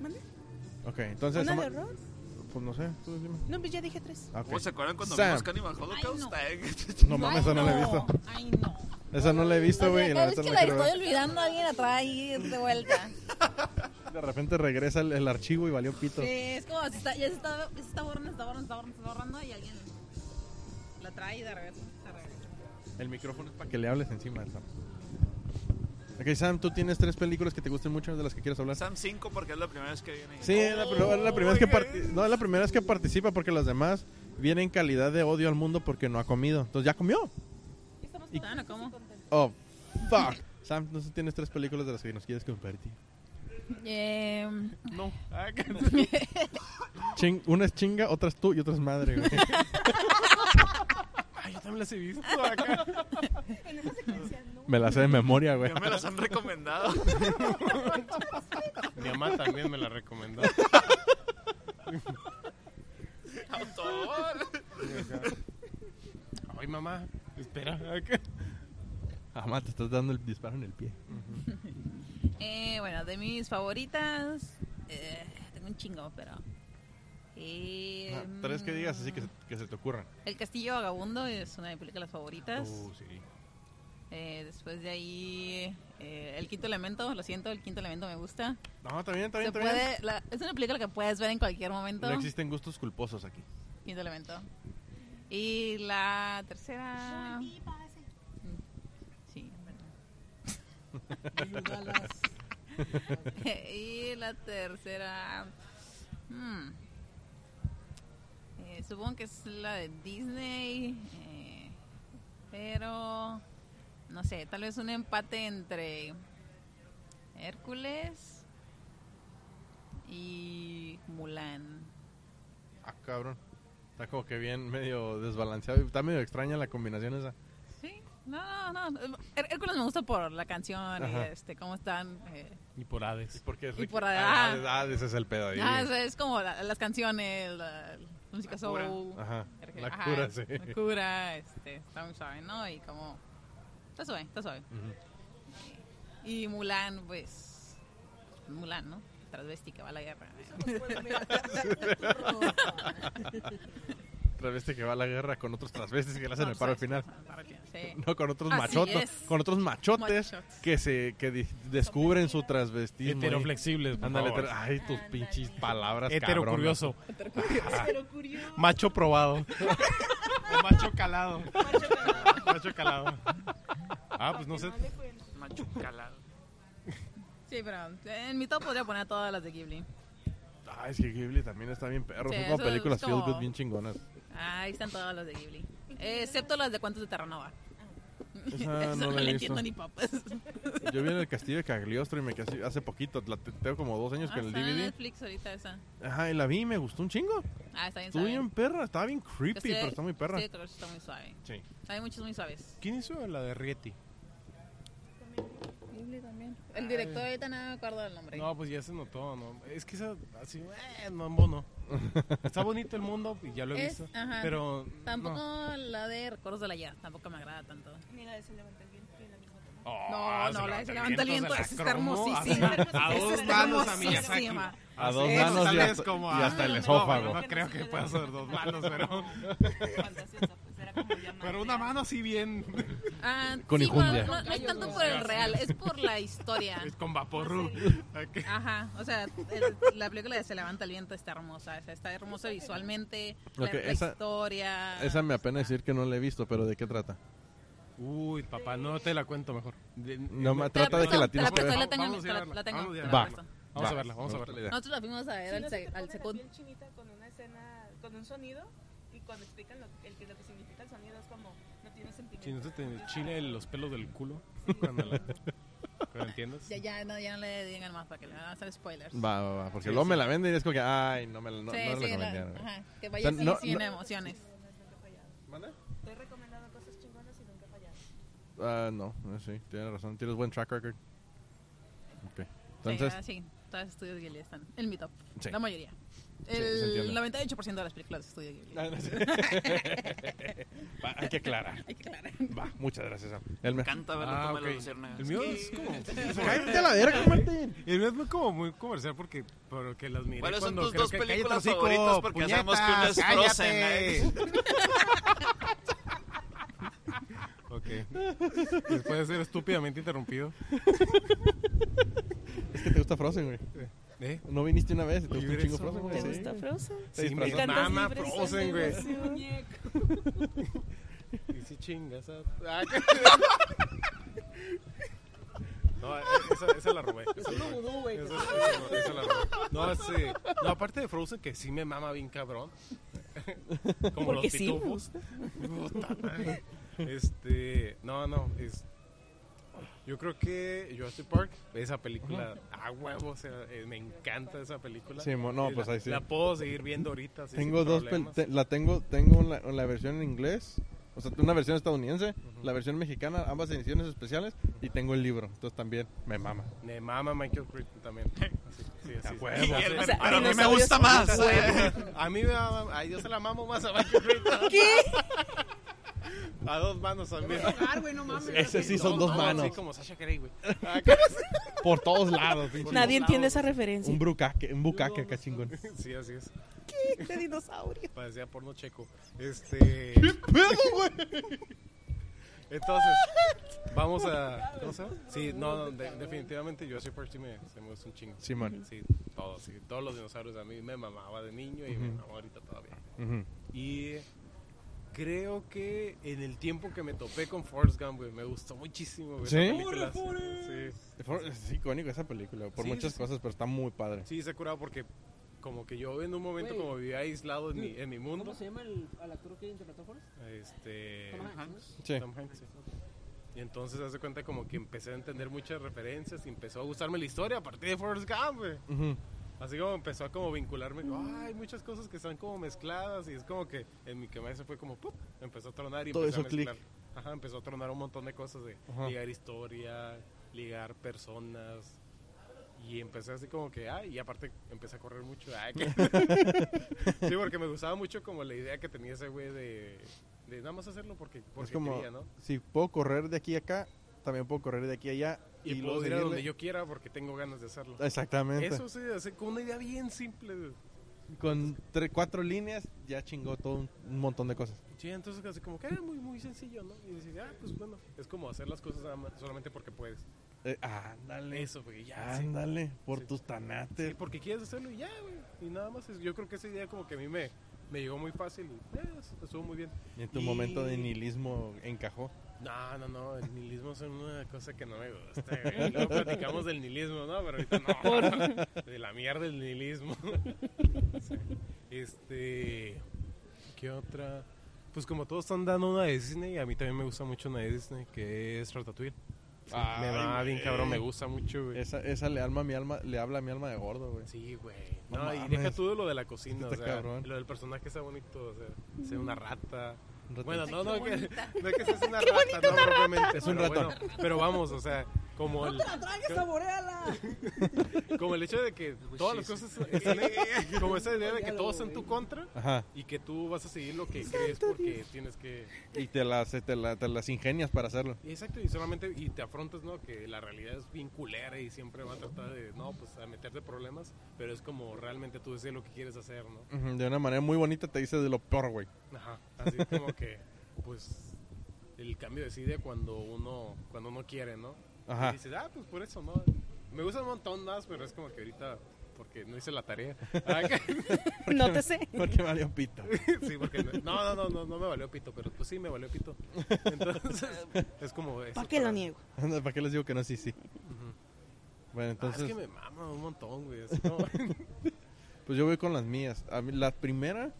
S3: ¿Mande?
S2: Ok, entonces.
S3: ¿Una de
S2: ama-
S3: horror?
S2: Pues no sé, tú dime.
S3: No, pues ya dije tres.
S2: Ah, ok.
S4: ¿Cómo se acuerdan cuando
S2: Sam.
S4: vimos Cannibal Holocaust?
S2: No mames, esa no la he visto.
S6: Ay, no.
S2: Esa no la he visto, güey. y
S6: Oye,
S2: la
S6: cada vez
S2: neta
S6: que
S2: no
S6: la
S2: la quiero
S6: estoy
S2: ver.
S6: olvidando, alguien la trae ahí de vuelta.
S2: De repente regresa el, el archivo y valió pito.
S6: Sí, es como se está, ya se está, se está borrando, se está borrando, se está borrando, se está borrando y alguien la trae y de regreso. de regreso.
S2: El micrófono es para que le hables encima, Sam. Ok, Sam, tú tienes tres películas que te gusten mucho de las que quieres hablar.
S4: Sam 5 porque es la primera vez que viene. Oh,
S2: Sí, es la, pr- la primera vez que parti- no, es la primera vez que participa porque las demás vienen en calidad de odio al mundo porque no ha comido. Entonces ya comió.
S6: ¿Y bueno, cómo?
S2: Oh, fuck. Sam, entonces tienes tres películas de las que nos quieres compartir.
S6: Eh,
S4: No. Ah, que-
S2: Ching- una es chinga, otra es tú y otra es madre, güey.
S1: Ay, yo también las he visto acá.
S2: Me la sé de memoria, güey.
S4: Ya me las han recomendado.
S1: Mi mamá también me la recomendó.
S4: Autobol.
S1: Ay, mamá, espera. Acá.
S2: Jamás te estás dando el disparo en el pie.
S6: eh, bueno, de mis favoritas, eh, tengo un chingo, pero... eh,
S2: Ah, tres que digas así que se, que se te ocurran.
S6: El Castillo Vagabundo es una de mis películas favoritas.
S1: Pues
S2: Uh, sí.
S6: Eh, después de ahí, eh, El Quinto Elemento, lo siento, El Quinto Elemento me gusta.
S2: No, también,
S6: Se
S2: también, también.
S6: puede, la- es una película que puedes ver en cualquier momento.
S2: No existen gustos culposos aquí.
S6: Quinto Elemento. Y la tercera... Mm, Sí, en verdad.
S5: Ayúdalas.
S6: y la tercera. hmm, eh, supongo que es la de Disney. eh, pero. No sé, tal vez un empate entre. Hércules. Y. Mulan.
S2: Ah, cabrón. Está como que bien medio desbalanceado. y Está medio extraña la combinación esa.
S6: Sí, no, no, no. Hér- Hércules me gusta por la canción
S2: Ajá.
S6: y este, cómo están. eh,
S1: Y por
S2: ¿Y
S1: Hades.
S2: por qué es
S6: Y
S2: Ricky?
S6: por-
S2: Ah,
S6: ah.
S2: Hades- Hades es el pedo ahí.
S6: ah, es, es como la- las canciones, la, la música
S4: La cura.
S6: soul.
S2: Ajá. La
S6: Ajá,
S2: cura, sí.
S6: La cura, este, está muy suave, ¿no? Y como, está suave, está suave.
S2: Ujú.
S6: Y Mulan, pues, Mulan, ¿no? Transvesti que va a la guerra. Eh,
S2: Travesti este que va a la guerra con otros travestis que le hacen el paro al final.
S6: Para el final, sí.
S2: No, con otros
S6: pues, Así
S2: machotos.
S6: es.
S2: Con otros machotes
S6: Machotes.
S2: que se que di- descubren su transvestismo. ahí.
S1: Heteroflexibles, por
S2: Ándale, ah,
S1: favor.
S2: hetero- ay, tus pinches palabras,
S1: Hetero
S2: cabronas.
S1: curioso. Macho probado. O macho calado. Macho calado. Ah, pues no sé.
S4: Macho calado.
S6: Sí, pero en mi top podría poner todas las de Ghibli.
S2: Ay, Ah, es que Ghibli también está bien perro.
S6: Sí,
S2: Son como
S6: eso es
S2: películas feel
S6: como-
S2: good bien chingonas.
S6: Ahí están todas las de Ghibli. Eh, excepto las de Cuentos de Terranova.
S2: Esa
S6: Eso
S2: no la he visto.
S6: entiendo ni papas.
S2: Yo vi en el castillo de Cagliostro y me casé hace poquito. La te- tengo como dos años
S6: Ah,
S2: con el
S6: está en
S2: DVD.
S6: Netflix ahorita esa.
S2: Ajá, y la vi y me gustó un chingo.
S6: Ah, está bien
S2: Estuvo
S6: suave.
S2: bien perra. Estaba bien creepy,
S6: Castillo-
S2: pero está muy perra.
S6: Sí, creo que está muy suave.
S2: Sí.
S6: Hay muchos muy suaves.
S1: ¿Quién hizo la de Rieti?
S6: El director ahorita no me acuerdo del nombre.
S1: No, pues ya se notó, ¿no? Es que esa, así, eh, no, no. Está bonito el mundo y ya lo he
S6: Es-
S1: visto.
S6: ajá.
S1: Pero.
S6: Tampoco
S1: No.
S6: la de Recuerdos de la Ya, tampoco me agrada tanto.
S3: Ni la de se levanta el viento ni la misma toma.
S1: Oh,
S6: No, no,
S1: se
S6: la de Se
S1: el
S6: Levanta el
S1: viento,
S6: Viento,
S1: se la
S6: esa está
S1: cromó.
S6: hermosísima.
S1: A, a
S6: Esa
S1: dos
S6: está
S1: manos a Miyazaki.
S6: hermosísima.
S2: A
S1: Así
S2: dos
S1: es,
S2: manos
S1: tal
S2: y
S1: vez
S2: hasta-
S1: como
S2: y
S1: a-
S2: hasta el
S1: no,
S2: esófago.
S1: No, creo que pueda ser dos manos, pero,
S3: Fantasiosa, pues era como ya más
S1: pero una
S3: real.
S1: mano sí bien.
S6: Ah,
S2: Con
S6: sí,
S2: injundia.
S6: No, no- no es tanto por el real, es por la historia.
S1: Es con vaporru. Ok.
S6: Ajá, o sea, el- la película de Se Levanta el Viento está hermosa. o sea, está hermosa visualmente, la,
S2: Ok,
S6: la
S2: esa-
S6: historia.
S2: Esa me apena decir que no la he visto, pero ¿de qué trata?
S1: Uy, papá, no te la cuento mejor. Eh,
S2: No, ma-
S6: Te la
S2: trata de que
S6: presto,
S2: la
S6: te la
S2: tienes que
S6: presto,
S2: ver.
S6: ahí la tengo,
S1: Vamos a
S6: te la-
S1: llevarla,
S6: la tengo,
S1: vamos a
S6: te la
S1: llevarla.
S6: presto.
S1: Vamos a
S2: Va,
S1: verla, vamos a
S2: me gusta la
S1: verla.
S2: idea.
S6: Nosotros la fuimos a ver
S3: Sí,
S6: al,
S3: no se
S6: se-
S3: te pone
S6: al
S3: la
S6: segundo.
S3: piel chinita con una escena, con un sonido y cuando explican lo, el que, lo que significa el sonido es como no tiene
S1: Si no
S3: sentimiento.
S1: se te chile los pelos del culo. Cuando la- cuando entiendas?
S6: Ya, ya, no, ya no le digan más para que le van a hacer spoilers.
S2: Va, va, va. Porque
S1: Sí,
S2: luego
S1: sí.
S2: me la venden y es como que, ay, no me la, no,
S6: sí,
S2: no la
S6: sí,
S2: recomendé,
S6: la-
S2: güey.
S6: ajá, que vayas
S2: no-
S6: sin
S2: no-
S6: emociones.
S3: Estoy recomendando cosas chingonas y nunca fallar.
S2: Ah, no, no, sí, tienes razón. Tienes buen track record. Ok.
S6: Entonces,
S2: Entonces,
S6: sí, todos los estudios Ghibli están en mi top.
S2: Sí.
S6: La mayoría.
S2: se
S6: El
S2: entiende.
S6: 98% de las películas de estudio Ghibli.
S2: Ah, no sé. Va, hay que aclarar.
S6: Ay, claro.
S2: Va, muchas gracias. Sam. El me-
S4: Canta verlo
S1: Ah,
S4: como
S1: ok.
S4: la luciérnaga.
S1: El mío es como...
S2: Cállate a la verga, Martín.
S1: El mío es muy, como muy comercial porque, porque las miré
S4: ¿Cuáles son
S1: cuando
S4: tus
S1: creo
S4: dos
S1: que- cállate,
S4: películas
S1: hocico,
S4: favoritas? Porque
S1: puñetas,
S4: sabemos que una
S1: cállate.
S4: es Frozen, ¿eh?
S1: Ok. Después de ser estúpidamente interrumpido.
S2: Es que te gusta Frozen, güey.
S1: ¿Eh?
S2: No viniste una vez y te gusta un
S1: Oye,
S2: chingo
S1: eso,
S2: Frozen, güey.
S3: ¿Te
S1: Sí.
S3: gusta Frozen?
S2: Te
S1: Sí, me
S2: disfrazas.
S3: Cantas
S1: mama
S3: libres,
S1: Frozen,
S3: son
S1: güey.
S3: devoción.
S1: Y si chingas a... Ah, qué- No, eh, esa, esa la robé. Esa la robé. Esa- esa- esa la robé. No, sí. No, aparte de Frozen, que sí me mama bien cabrón. Como
S3: Porque
S1: los
S3: sí me
S1: pitufos. Puta madre. Este. No, no. Es, yo creo que Jurassic Park, esa película, a huevo, o sea, eh, me encanta esa película.
S2: Sí, mo- no,
S1: Y
S2: pues
S1: la-
S2: ahí sí.
S1: La puedo seguir viendo ahorita. sí,
S2: Tengo
S1: sin
S2: dos,
S1: problemas.
S2: pel- te- la tengo, tengo la, la versión en inglés, o sea, una versión estadounidense, la versión mexicana, ambas ediciones especiales, y tengo el libro, entonces también me mama.
S1: Me mama Michael Crichton también. Así, sí, así,
S2: huevo.
S1: sí,
S4: ¿eh?
S1: sí.
S4: Y el-
S3: O sea,
S4: pero a mí me
S3: dinosaurios
S4: gusta
S3: son
S4: más.
S3: muy
S4: eh.
S1: A mí me mama, a yo se la mamo más a Michael Crichton.
S3: ¿Qué?
S1: A dos manos también.
S5: Ah, güey, no mames.
S2: Ese sí son dos
S1: Así
S2: manos,
S1: como Sasha Grey, güey. Ah,
S2: por todos lados, pinche.
S3: Nadie entiende esa referencia.
S2: Un bucaque, un bucaque acá chingón.
S1: Sí, así es.
S3: De dinosaurio.
S1: Parecía porno checo. Este. Entonces, vamos a. ¿Cómo se llama? Sí, no, no, de- definitivamente yo Park sí me, se me gusta un chingo.
S2: Simón.
S1: Sí, todos, sí. Todos los dinosaurios a mí me mamaba de niño y me mama ahorita todavía.
S2: Ujú.
S1: Y creo que en el tiempo que me topé con Forrest Gump, güey, me gustó muchísimo, güey. esa
S2: ¿Sí?
S1: película. Sí.
S2: For- Es icónico esa película, por
S1: Sí,
S2: muchas
S1: sí, sí.
S2: cosas, pero está muy padre.
S1: Sí, se curaba porque como que yo en un momento
S5: Güey.
S1: como vivía aislado en mi, en mi mundo.
S5: ¿Cómo se llama el, al actor que interpretó Forrest?
S4: Eh,
S1: Este...
S5: Tom Hanks, ¿no?
S2: Sí.
S1: Tom Hanks, sí. Y entonces hace cuenta como que empecé a entender muchas referencias y empezó a gustarme la historia a partir de Forrest Gump, güey.
S2: Ujú.
S1: Así como empezó a como vincularme, ay, hay muchas cosas que están como mezcladas y es como que en mi cabeza fue como, ¡pup! empezó a tronar y
S2: Todo
S1: empezó
S2: hizo
S1: a
S2: clic.
S1: mezclar. Ajá, empezó a tronar un montón de cosas de
S2: Ajá.
S1: ligar historia, ligar personas. Y empecé así como que, ay, y aparte empecé a correr mucho. ay, que- sí, porque me gustaba mucho como la idea que tenía ese güey de, de nada más hacerlo porque, porque
S2: Es como,
S1: quería, ¿no?
S2: si puedo correr de aquí a acá, también puedo correr de aquí a allá.
S1: Y,
S2: luego
S1: puedo ir a
S2: seguirle.
S1: donde yo quiera porque tengo ganas de hacerlo.
S2: Exactamente.
S1: Eso sí, así con una idea bien simple. güey.
S2: Con tres, cuatro líneas ya chingó todo un- un montón de cosas.
S1: Sí, entonces así como que era muy, muy sencillo, ¿no? Y decir, ah, pues bueno, es como hacer las cosas nada más- solamente porque puedes.
S2: Eh, ándale.
S1: Eso, güey,
S2: Ah,
S1: ya. sí.
S2: Ándale, por
S1: Sí.
S2: tus tanates.
S1: Sí, porque quieres hacerlo y ya, güey. Y nada más, es- yo creo que esa idea como que a mí me, me llegó muy fácil y eh, estuvo muy bien.
S2: Y en tu
S1: Y-
S2: momento de nihilismo encajó.
S1: No, no, no, el nihilismo es una cosa que no me gusta, güey. Luego platicamos del nihilismo, ¿no? Pero ahorita no. De la mierda del nihilismo. Sí. Este. ¿Qué otra? Pues como todos están dando una de Disney, a mí también me gusta mucho una de Disney, que es Ratatouille. me
S2: Ay,
S1: va bien
S2: güey.
S1: cabrón, me gusta mucho, güey.
S2: Esa, esa le alma a mi alma, le habla a mi alma de gordo, güey.
S1: Sí, güey.
S2: No
S1: No, y
S2: mames.
S1: deja tú de lo de la cocina,
S2: Está
S1: o sea,
S2: cabrón.
S1: lo del personaje está bonito, o sea, ser una rata.
S2: Un
S1: Bueno, no,
S2: ratón.
S1: no,
S6: Ay, qué
S1: que,
S6: bonita.
S1: no es que seas una rata, no, propiamente.
S2: Es un
S1: pero
S2: ratón.
S1: bueno, pero vamos, o sea, como el,
S5: saboreala!
S1: como el hecho de que todas las cosas están en- como esa idea de que todo está en tu contra
S2: Ajá.
S1: y que tú vas a seguir lo que crees porque tienes que
S2: Y te las, te, la- te las ingenias para hacerlo.
S1: exacto y solamente y te afrontas no que la realidad es bien culera y siempre va a tratar de no pues a meterte problemas pero es como realmente tú decides lo que quieres hacer no
S2: Ujú, De una manera muy bonita te dice de lo peor, güey.
S1: Ajá, así como que, pues, el cambio decide cuando uno, cuando uno quiere, ¿no?
S2: Ajá.
S1: Y dices, ah, pues por eso, ¿no? Me gusta un montón más, pero es como que ahorita, porque no hice la tarea. Ah, que-
S3: No te sé.
S2: Porque valió pito.
S1: sí, porque no, no, no, no, no me valió pito, pero pues sí me valió pito. Entonces, es como eso.
S3: ¿Para qué lo
S1: pero-
S3: niego?
S2: Anda, ¿Para qué les digo que no? Sí, sí.
S1: Ujú.
S2: Bueno,
S1: Ah, es
S2: entonces,
S1: que me mama un montón, güey. así como-
S2: pues yo voy con las mías. A mí, la primera,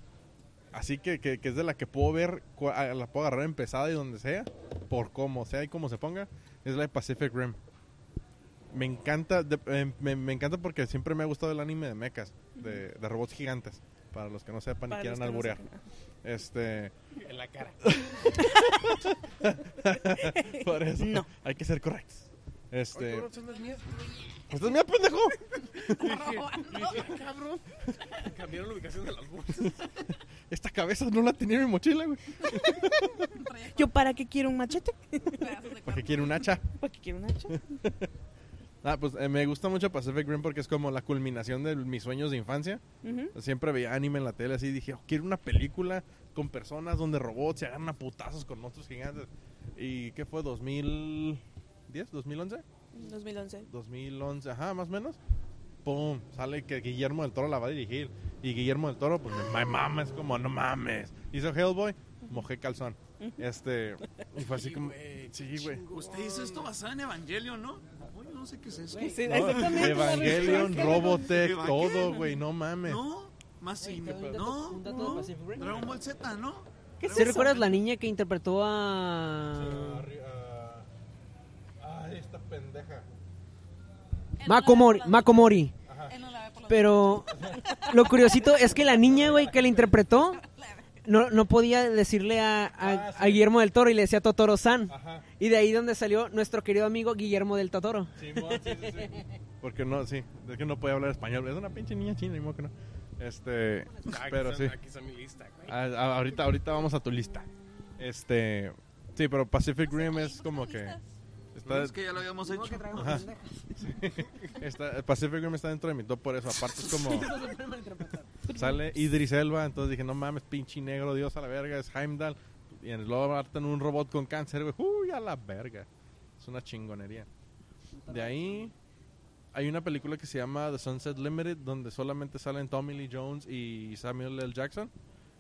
S2: así que, que, que es de la que puedo ver, cua- a- la puedo agarrar empezada y donde sea, por cómo sea y cómo se ponga, es la de Pacific Rim. me encanta, de- eh, me, me encanta porque siempre me ha gustado el anime de mechas, de, de robots gigantes, para los que no sepan y
S3: Para los
S2: quieran
S3: que no
S2: alburear.
S3: sepan.
S2: Este,
S1: En la cara.
S2: por eso
S3: No.
S2: hay que ser correctos.
S1: Ay,
S2: Este,
S1: cabrón, son las mías.
S2: ¿Estás mira, pendejo?
S1: Dije, cabrón. Cambiaron la ubicación de las bolsas.
S2: Esta cabeza no la tenía en mi mochila, güey.
S3: ¿Yo para qué quiero un machete?
S2: Porque quiere un hacha.
S3: ¿Para qué quiero un hacha?
S2: Ah, pues eh, me gusta mucho Pacific Rim porque es como la culminación de mis sueños de infancia.
S3: Ujú.
S2: Siempre veía anime en la tele así y dije, oh, quiero una película con personas donde robots se agarran a putazos con monstruos gigantes. ¿Y qué fue? ¿2010? ¿2011?
S3: 2011.
S2: 2011, ajá, más o menos. Pum, sale que Guillermo del Toro la va a dirigir. Y Guillermo del Toro, pues, me mames, como, no mames. Hizo Hellboy, mojé calzón. Este, y fue así como, sí, güey.
S4: Usted hizo esto basado en Evangelio, ¿no? Uy, no sé qué es eso.
S3: Sí,
S2: No,
S3: exactamente.
S2: Evangelion, Robotech,
S4: Evangelion.
S2: todo, güey, no mames.
S4: No, más sí.
S5: Güey, te
S4: No,
S5: doy un dato- un dato de
S4: no.
S5: Pacific Rim.
S4: Dragon Ball Z, ¿no?
S3: ¿Qué
S5: ¿Sí recuerdas la niña que interpretó a
S2: Ah, esta pendeja.
S5: Makomori? Makomori.
S6: Pero.
S5: Pero lo curiosito es que la niña, güey, que la interpretó, no, no podía decirle a, a- a Guillermo del Toro y le decía Totoro San.
S2: Ah, Ajá.
S5: Y de ahí donde salió nuestro querido amigo Guillermo del Totoro.
S2: Simón, sí, sí, sí. Porque no, sí, es que no puede hablar español. Es una pinche niña china, ni modo que no. Este,
S1: Ah, aquí
S2: pero
S1: está-
S2: sí.
S1: Aquí está mi lista, güey.
S2: A- a- ahorita, ahorita vamos a tu lista. Este, sí, pero Pacific Rim es como que está,
S4: Es que ya lo habíamos hecho.
S2: Ajá. está- Pacific Rim está dentro de mi top por eso. Aparte es como sale Idris Elba, entonces dije no mames pinche negro dios a la verga es Heimdall y en luego hartan un robot con cáncer, güey, uy a la verga, es una chingonería. De ahí hay una película que se llama The Sunset Limited donde solamente salen Tommy Lee Jones y Samuel L. Jackson.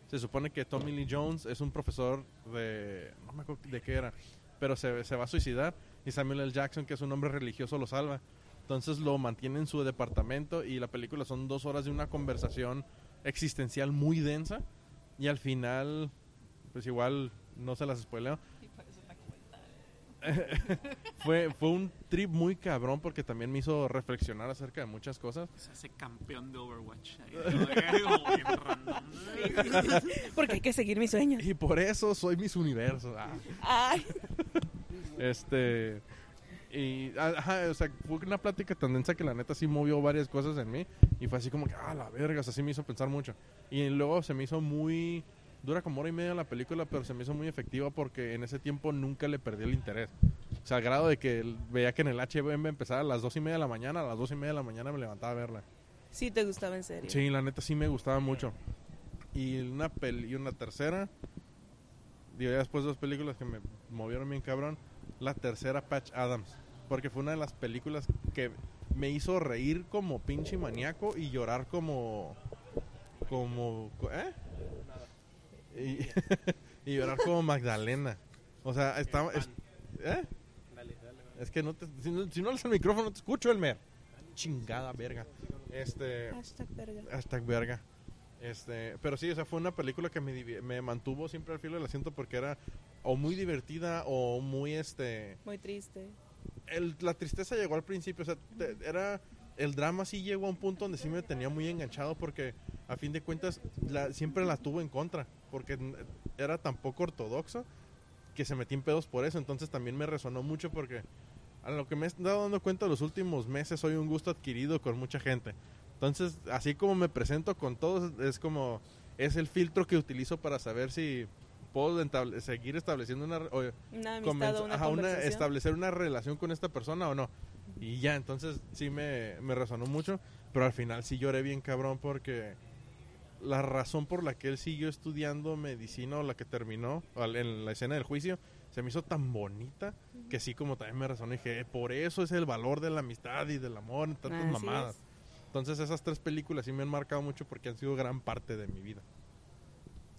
S2: Se supone que Tommy Lee Jones es un profesor de... No me acuerdo de qué era. Pero se, se va a suicidar y Samuel L. Jackson, que es un hombre religioso, lo salva. Entonces lo mantiene en su departamento y la película son dos horas de una conversación existencial muy densa. Y al final, pues igual no se las spoileo. fue, fue un trip muy cabrón porque también me hizo reflexionar acerca de muchas cosas.
S4: Se hace campeón de Overwatch. Ahí, como bien random.
S3: Porque hay que seguir mis sueños.
S2: Y por eso soy mis universos. Ah.
S3: Ay,
S2: Este. Y, a- ajá, o sea, fue una plática tan densa que la neta sí movió varias cosas en mí. Y fue así como que, ah, la verga, o sea, sí me hizo pensar mucho. Y luego se me hizo muy. Dura como hora y media la película, pero se me hizo muy efectiva porque en ese tiempo nunca le perdí el interés. O sea, al grado de que el- veía que en el HBM empezaba a las dos y media de la mañana, a las dos y media de la mañana me levantaba a verla.
S3: sí te gustaba en serio.
S2: Sí, la neta sí me gustaba mucho. Y una peli y una tercera. Digo, ya después dos películas que me movieron bien cabrón. La tercera Patch Adams. Porque fue una de las películas que me hizo reír como pinche maníaco y llorar como. como. co- ¿Eh? Y, y llorar como Magdalena. O sea, estaba. es- ¿Eh? Es que no te. Si no, si no le el micrófono, no te escucho, Elmer. Chingada verga. Este.
S3: Hashtag verga.
S2: Hashtag verga. Este, pero sí, o sea, fue una película que me, divi- me mantuvo siempre al filo del asiento porque era o muy divertida o muy este...
S3: Muy triste.
S2: el- la tristeza llegó al principio, o sea, te- era... El drama sí llegó a un punto donde sí me tenía muy enganchado porque a fin de cuentas la- siempre la tuvo en contra porque n- era tan poco ortodoxa que se metí en pedos por eso, entonces también me resonó mucho porque a lo que me he estado dando cuenta los últimos meses soy un gusto adquirido con mucha gente. Entonces, así como me presento con todos, es como, es el filtro que utilizo para saber si puedo entable- seguir estableciendo una, re- o
S3: Una amistad
S2: comenz-
S3: o una
S2: ajá, una-
S3: conversación.
S2: establecer una relación con esta persona o no. Y ya, entonces sí me, me resonó mucho, pero al final sí lloré bien cabrón porque la razón por la que él siguió estudiando medicina o la que terminó al- en la escena del juicio se me hizo tan bonita que sí como también me resonó y dije, "Eh, por eso es el valor de la amistad y del amor, y tantas
S3: Así
S2: mamadas. Entonces esas tres películas sí me han marcado mucho porque han sido gran parte de mi vida.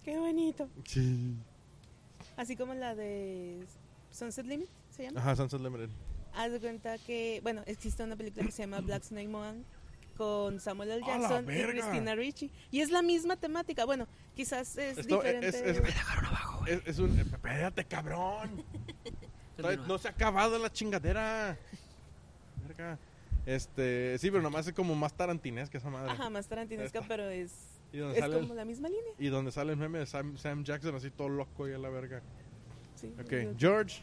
S3: Qué bonito.
S2: Sí.
S3: Así como la de Sunset Limit, ¿se llama?
S2: Ajá, Sunset Limited.
S3: Haz de cuenta que, bueno, existe una película que se llama Black Snake Moan con Samuel L.
S2: ¡A la
S3: Jackson y
S2: verga!
S3: Christina Ricci. Y es la misma temática. Bueno, quizás es
S2: Esto
S3: diferente.
S2: es, es, es- es un... Espérate, cabrón. Todavía No se ha acabado la chingadera. verga. Este, sí, pero nomás es como más tarantinesca esa madre.
S3: Ajá, más tarantinesca,
S2: Esta.
S3: pero es,
S2: Y donde,
S3: es
S2: sale el,
S3: como la misma línea.
S2: y donde sale el meme de Sam, Sam Jackson así todo loco y a la verga.
S3: Sí.
S2: Ok, George,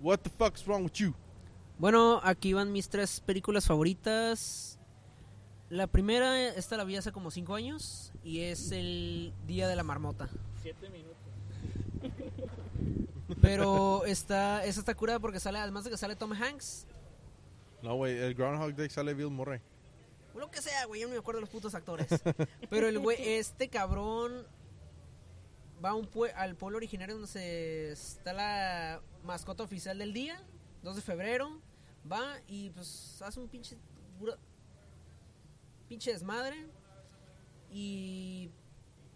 S2: what the fuck's wrong with you?
S5: Bueno, aquí van mis tres películas favoritas. La primera, esta la vi hace como cinco años y es el Día de la Marmota.
S8: Siete minutos.
S5: Pero está, esa está curada porque sale, además de que sale Tom Hanks,
S2: No, güey, el Groundhog Day sale Bill Murray.
S5: o lo que sea, güey, yo no me acuerdo de los putos actores. Pero el güey, este cabrón va a un pue- al pueblo originario donde se está la mascota oficial del día, 2 de febrero, va y pues hace un pinche pura- pinche desmadre y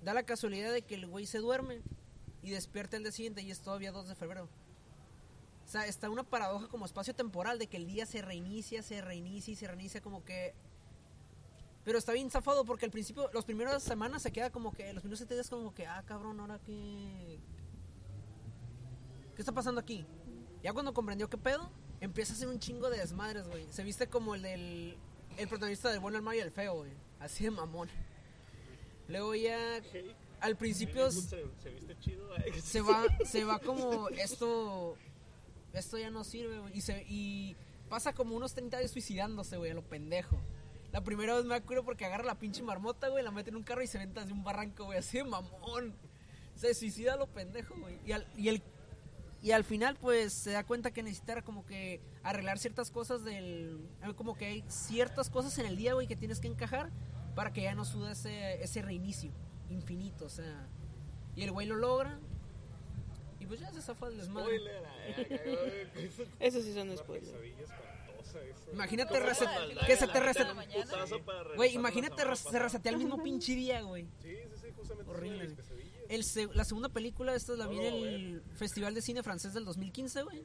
S5: da la casualidad de que el güey se duerme y despierta el día siguiente y es todavía 2 de febrero. O sea, está una paradoja como espacio temporal de que el día se reinicia, se reinicia y se reinicia como que pero está bien zafado porque al principio, los primeros semanas se queda como que, los primeros siete días como que, ah, cabrón, ahora qué... ¿Qué está pasando aquí? Ya cuando comprendió qué pedo, empieza a hacer un chingo de desmadres, güey. Se viste como el del... El protagonista del bueno, el malo y el feo, güey. Así de mamón. Luego ya... Al principio... s-
S8: Se, se viste chido. ay,
S5: se va, se va como esto, esto ya no sirve, güey. Y, se- y pasa como unos 30 años suicidándose, güey, a lo pendejo. La primera vez me acuerdo porque agarra la pinche marmota, güey, la mete en un carro y se venta de un barranco, güey, así de mamón. Se suicida a lo pendejo, güey. Y al, y, el, y al final, pues, se da cuenta que necesita como que arreglar ciertas cosas del... eh, Como que hay ciertas cosas en el día, güey, que tienes que encajar para que ya no suda ese, ese reinicio infinito, o sea... Y el güey lo logra. Y pues ya se zafa el desmadre.
S8: Spoiler. ay, ay, ay, eso
S3: Eso sí son spoilers.
S8: pesadilla espantosa eso.
S5: Imagínate
S8: Como
S5: reset-
S8: maldad de
S5: que se
S8: la
S5: te
S8: mitad
S5: reset-
S8: de la mañana. Putazo para
S5: Güey,
S8: regresar la
S5: imagínate, re-
S8: semana
S5: se
S8: pasada.
S5: resetea el mismo pinche día, güey.
S8: Sí, sí, sí, justamente.
S5: Horrible.
S8: Horrible. pesadillas.
S5: El se- la segunda película, esta la vi en
S8: No,
S5: el Festival de Cine Francés del 2015, güey.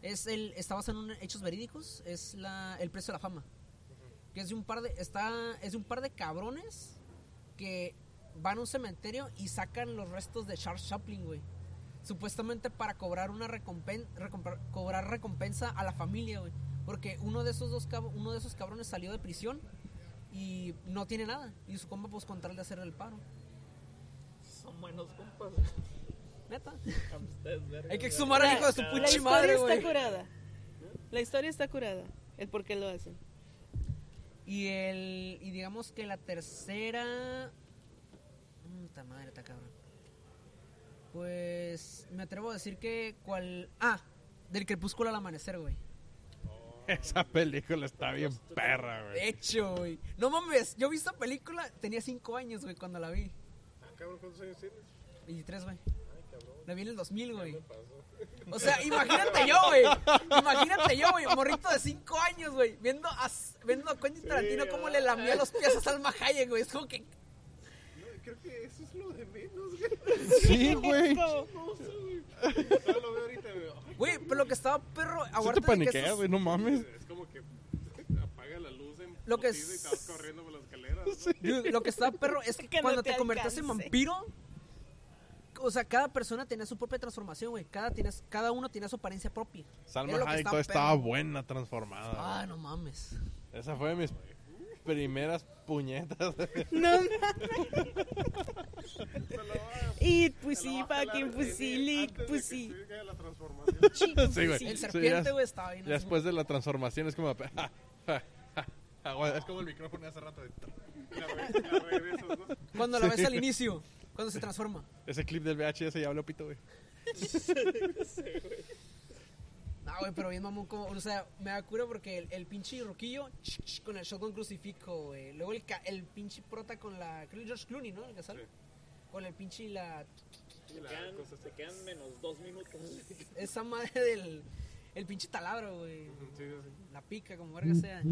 S5: Es el, está basada en un- hechos verídicos, es la, El Precio de la Fama. Que es de un par de, está, es de un par de cabrones que van a un cementerio y sacan los restos de Charles Chaplin, güey. Supuestamente para cobrar una recompensa, cobrar recompensa a la familia, güey. Porque uno de esos dos cab- uno de esos cabrones salió de prisión y no tiene nada. Y su compa, pues, con tal de hacer el paro.
S8: Son buenos compas.
S5: Neta.
S8: Amistades, verga.
S5: Hay que exhumar al hijo de su
S3: La
S5: puchi
S3: historia
S5: madre,
S3: está
S5: güey.
S3: curada. La historia está curada. El por qué lo hacen.
S5: Y el. Y digamos que la tercera. Puta madre, está cabrón. Pues. Me atrevo a decir que. cual Ah, del crepúsculo al amanecer, güey.
S2: Esa película está bien perra, güey.
S5: De hecho, güey. No mames, yo vi esta película. Tenía 5 años, güey, cuando la vi.
S7: Ah, cabrón, ¿cuántos años tienes?
S5: 23, güey. La vi en el 2000, güey. O sea, imagínate yo, güey. Imagínate yo, güey. Morrito de 5 años, güey. Viendo a, viendo a Quentin Tarantino cómo le lamía los pies a Salma Hayek, güey. Es como que.
S7: Creo que eso es lo de menos, güey.
S2: Sí, güey.
S7: Yo lo veo ahorita, güey. Ay,
S5: Güey, pero lo que estaba perro.
S2: Sí te
S5: Aguanta de que
S2: paniqueas,
S5: esos-
S2: güey, no mames.
S7: Es como que apaga la luz en
S5: Lo que
S7: putiza
S5: es-
S7: y te vas corriendo por las escaleras. ¿no?
S5: Dude, lo que estaba perro es que,
S3: Que no
S5: cuando
S3: te
S5: te, convertías en
S3: alcance.
S5: vampiro. O sea, cada persona tenía su propia transformación, güey. Cada, tenías- cada uno tenía su apariencia propia.
S2: Salma
S5: Era lo que
S2: Hayek
S5: estaba
S2: todavía estaba
S5: perro.
S2: buena transformada. güey.
S5: Ah, no mames.
S2: Esa fue de mis primeras puñetas.
S3: No Y pussy fucking pussy lick pussy.
S2: Sí, güey.
S5: El
S2: Sí,
S5: serpiente,
S2: ya-
S5: güey, estaba bien.
S2: Ya Después de la transformación es como... ja, ja, ja, ja, güey, Es como el micrófono de hace rato. de-
S5: Cuando la ves al inicio, cuando se transforma.
S2: Ese clip del VHS ya habló pito, güey.
S5: No, Ah, güey, pero bien mamón como, o sea, me da cura porque el, el pinche roquillo con el shotgun crucifijo, güey. Luego el, ca- el pinche prota con la, creo que George Clooney, ¿no? El que sale. Con el pinche y la,
S8: Se quedan, se quedan menos dos minutos.
S5: esa madre del, el pinche taladro, güey. La pica, como verga sea.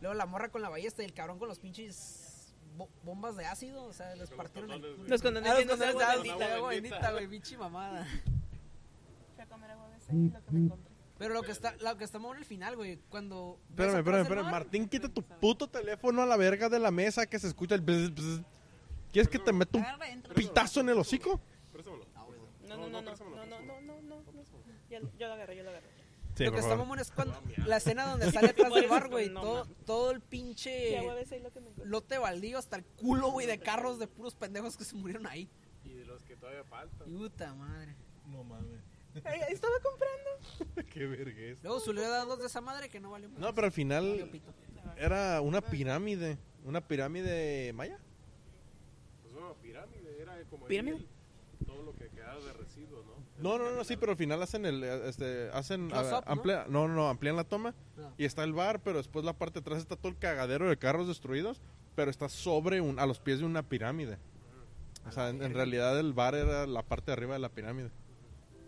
S5: Luego la morra con la ballesta y el cabrón con los pinches bo- bombas de ácido, o sea, les partieron el culo.
S3: Los condones
S5: Ah, los
S3: llenos de
S5: condones de
S3: agua
S5: ácido,
S3: bendita.
S5: de agua bendita, güey, pinche mamada. Pero lo que está, lo que está mamón el final, güey, cuando...
S2: Espérame,
S5: ves atrás
S2: espérame,
S5: del
S2: espérame.
S5: mar,
S2: Martín, quita tu puto teléfono a la verga de la mesa que se escucha el... bzz, bzz. ¿Quieres que te meta un
S6: Agarra, entra.
S2: pitazo en el hocico?
S3: No, no, no, no, no, no, no, no, no. Ya lo- Yo lo agarré, yo lo agarré.
S2: Sí,
S5: lo
S2: por
S5: que está
S2: favor.
S5: mamón es cuando la escena donde sale atrás
S3: Por
S5: del
S3: eso,
S5: bar, güey.
S3: no,
S5: todo, todo el
S3: Sí,
S5: pinche
S3: a huevo, eso es lo que me encuentro.
S5: lote baldío hasta el culo, güey, de carros de puros pendejos que se murieron ahí.
S8: Y de los que todavía faltan.
S5: Y Puta madre.
S1: No mames.
S3: Ay, Estaba comprando.
S2: Qué vergüenza.
S5: Luego su le da dos de esa madre que no valió.
S2: No, pues, pero al
S5: Valió
S2: final
S5: pito.
S2: era una pirámide. ¿Una pirámide maya?
S8: Pues bueno, pirámide era como
S3: Pirámide.
S8: todo lo que quedaba de residuos, ¿no?
S2: No, no, no, sí, pero al final hacen el. eh, Este, hacen.
S5: Close
S2: a-
S5: up, ¿no? Ah.
S2: amplia- ¿no? no, no, amplían la toma.
S5: No.
S2: Y está el bar, pero después la parte de atrás está todo el cagadero de carros destruidos. Pero está sobre un. a los pies de una pirámide. O sea, en, en realidad el bar era la parte de arriba de la pirámide.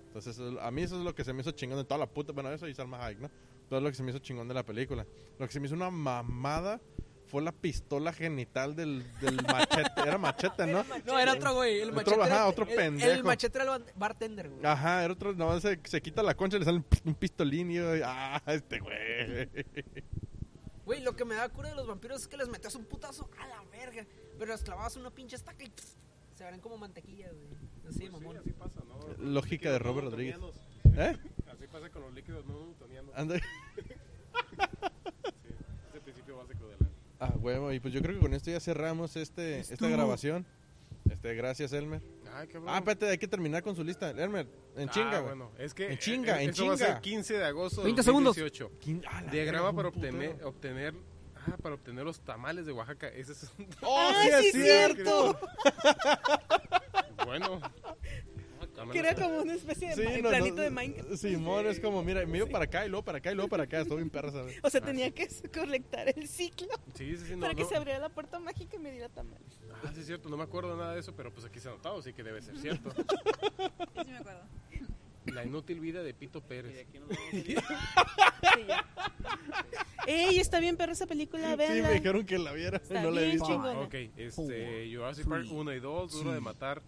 S2: Entonces, eso es- a mí eso es lo que se me hizo chingón de toda la puta. Bueno, eso y Salma Hayek, ¿no? Todo lo que se me hizo chingón de la película. Lo que se me hizo una mamada fue la pistola genital del, del machete. Era machete, ¿no?
S5: No, era otro güey, el
S2: Otro,
S5: machete. era-
S2: ajá, otro
S5: el- El
S2: pendejo. Ah.
S5: machete era el bar- bartender, güey.
S2: Ajá, el otro no, se, se quita la concha y le sale un, pis- un pistolín y yo, ah, este güey.
S5: Güey, lo que me da cura de los vampiros es que les metías un putazo a la verga, pero les clavabas una pinche estaca y pss, se abren como mantequilla, güey.
S1: Pues
S5: Así,
S8: Pues Sí,
S5: mamón.
S8: así pasa, ¿no? Los
S2: Lógica de
S8: líquidos
S2: Robert Rodríguez. Ah.
S8: newtonianos.
S2: ¿Eh?
S8: Así pasa con los líquidos no newtonianos.
S2: Ande-
S8: Sí, es el principio básico de la...
S2: Ah, huevo, y pues yo creo que con esto ya cerramos este, esta
S5: Estuvo.
S2: grabación. Este, gracias, Elmer.
S1: Ay, cabrón.
S2: Ah, espérate, hay que terminar con su lista. Elmer, en
S1: Ah,
S2: chinga, güey.
S1: bueno, es que
S2: En chinga,
S1: eh,
S2: en
S1: eso va a
S2: chinga.
S1: ser 15 de agosto de
S5: 20 segundos.
S1: 2018.
S2: Quin- ah, la
S1: Diagrama para
S2: verga, un
S1: obtener,
S2: putero.
S1: obtener ah, para obtener los tamales de Oaxaca. Ese es un
S2: ¡Oh,
S3: Ah,
S2: sí,
S3: sí,
S2: es
S3: es
S2: cierto!
S1: bueno.
S3: Que era como una especie de
S2: Sí,
S3: ma-
S2: no,
S3: planito
S2: no,
S3: de Minecraft.
S2: Simón es como, mira, me iba para acá y luego para acá y luego para acá. Estoy bien perra, ¿sabes?
S3: O sea, tenía que colectar el ciclo
S1: Sí, sí, sí, no,
S3: para que
S1: no.
S3: se abriera la puerta mágica y me diera tamales.
S1: Ah, sí es cierto, no me acuerdo nada de eso, pero pues aquí se ha notado, sí que debe ser cierto.
S6: Sí, sí me acuerdo.
S1: La inútil vida de Pito
S8: Y de
S1: Pérez.
S8: aquí nos vamos a ir.
S6: Sí, ya.
S3: ¡Ey! Está bien, perro, esa película,
S2: Sí, me
S3: véanla.
S2: dijeron que la viera.
S3: Está
S2: no la he
S3: bien
S2: visto. Ah,
S3: chingona.
S1: Ok, este, Jurassic Park 1 y 2, Duro de Matar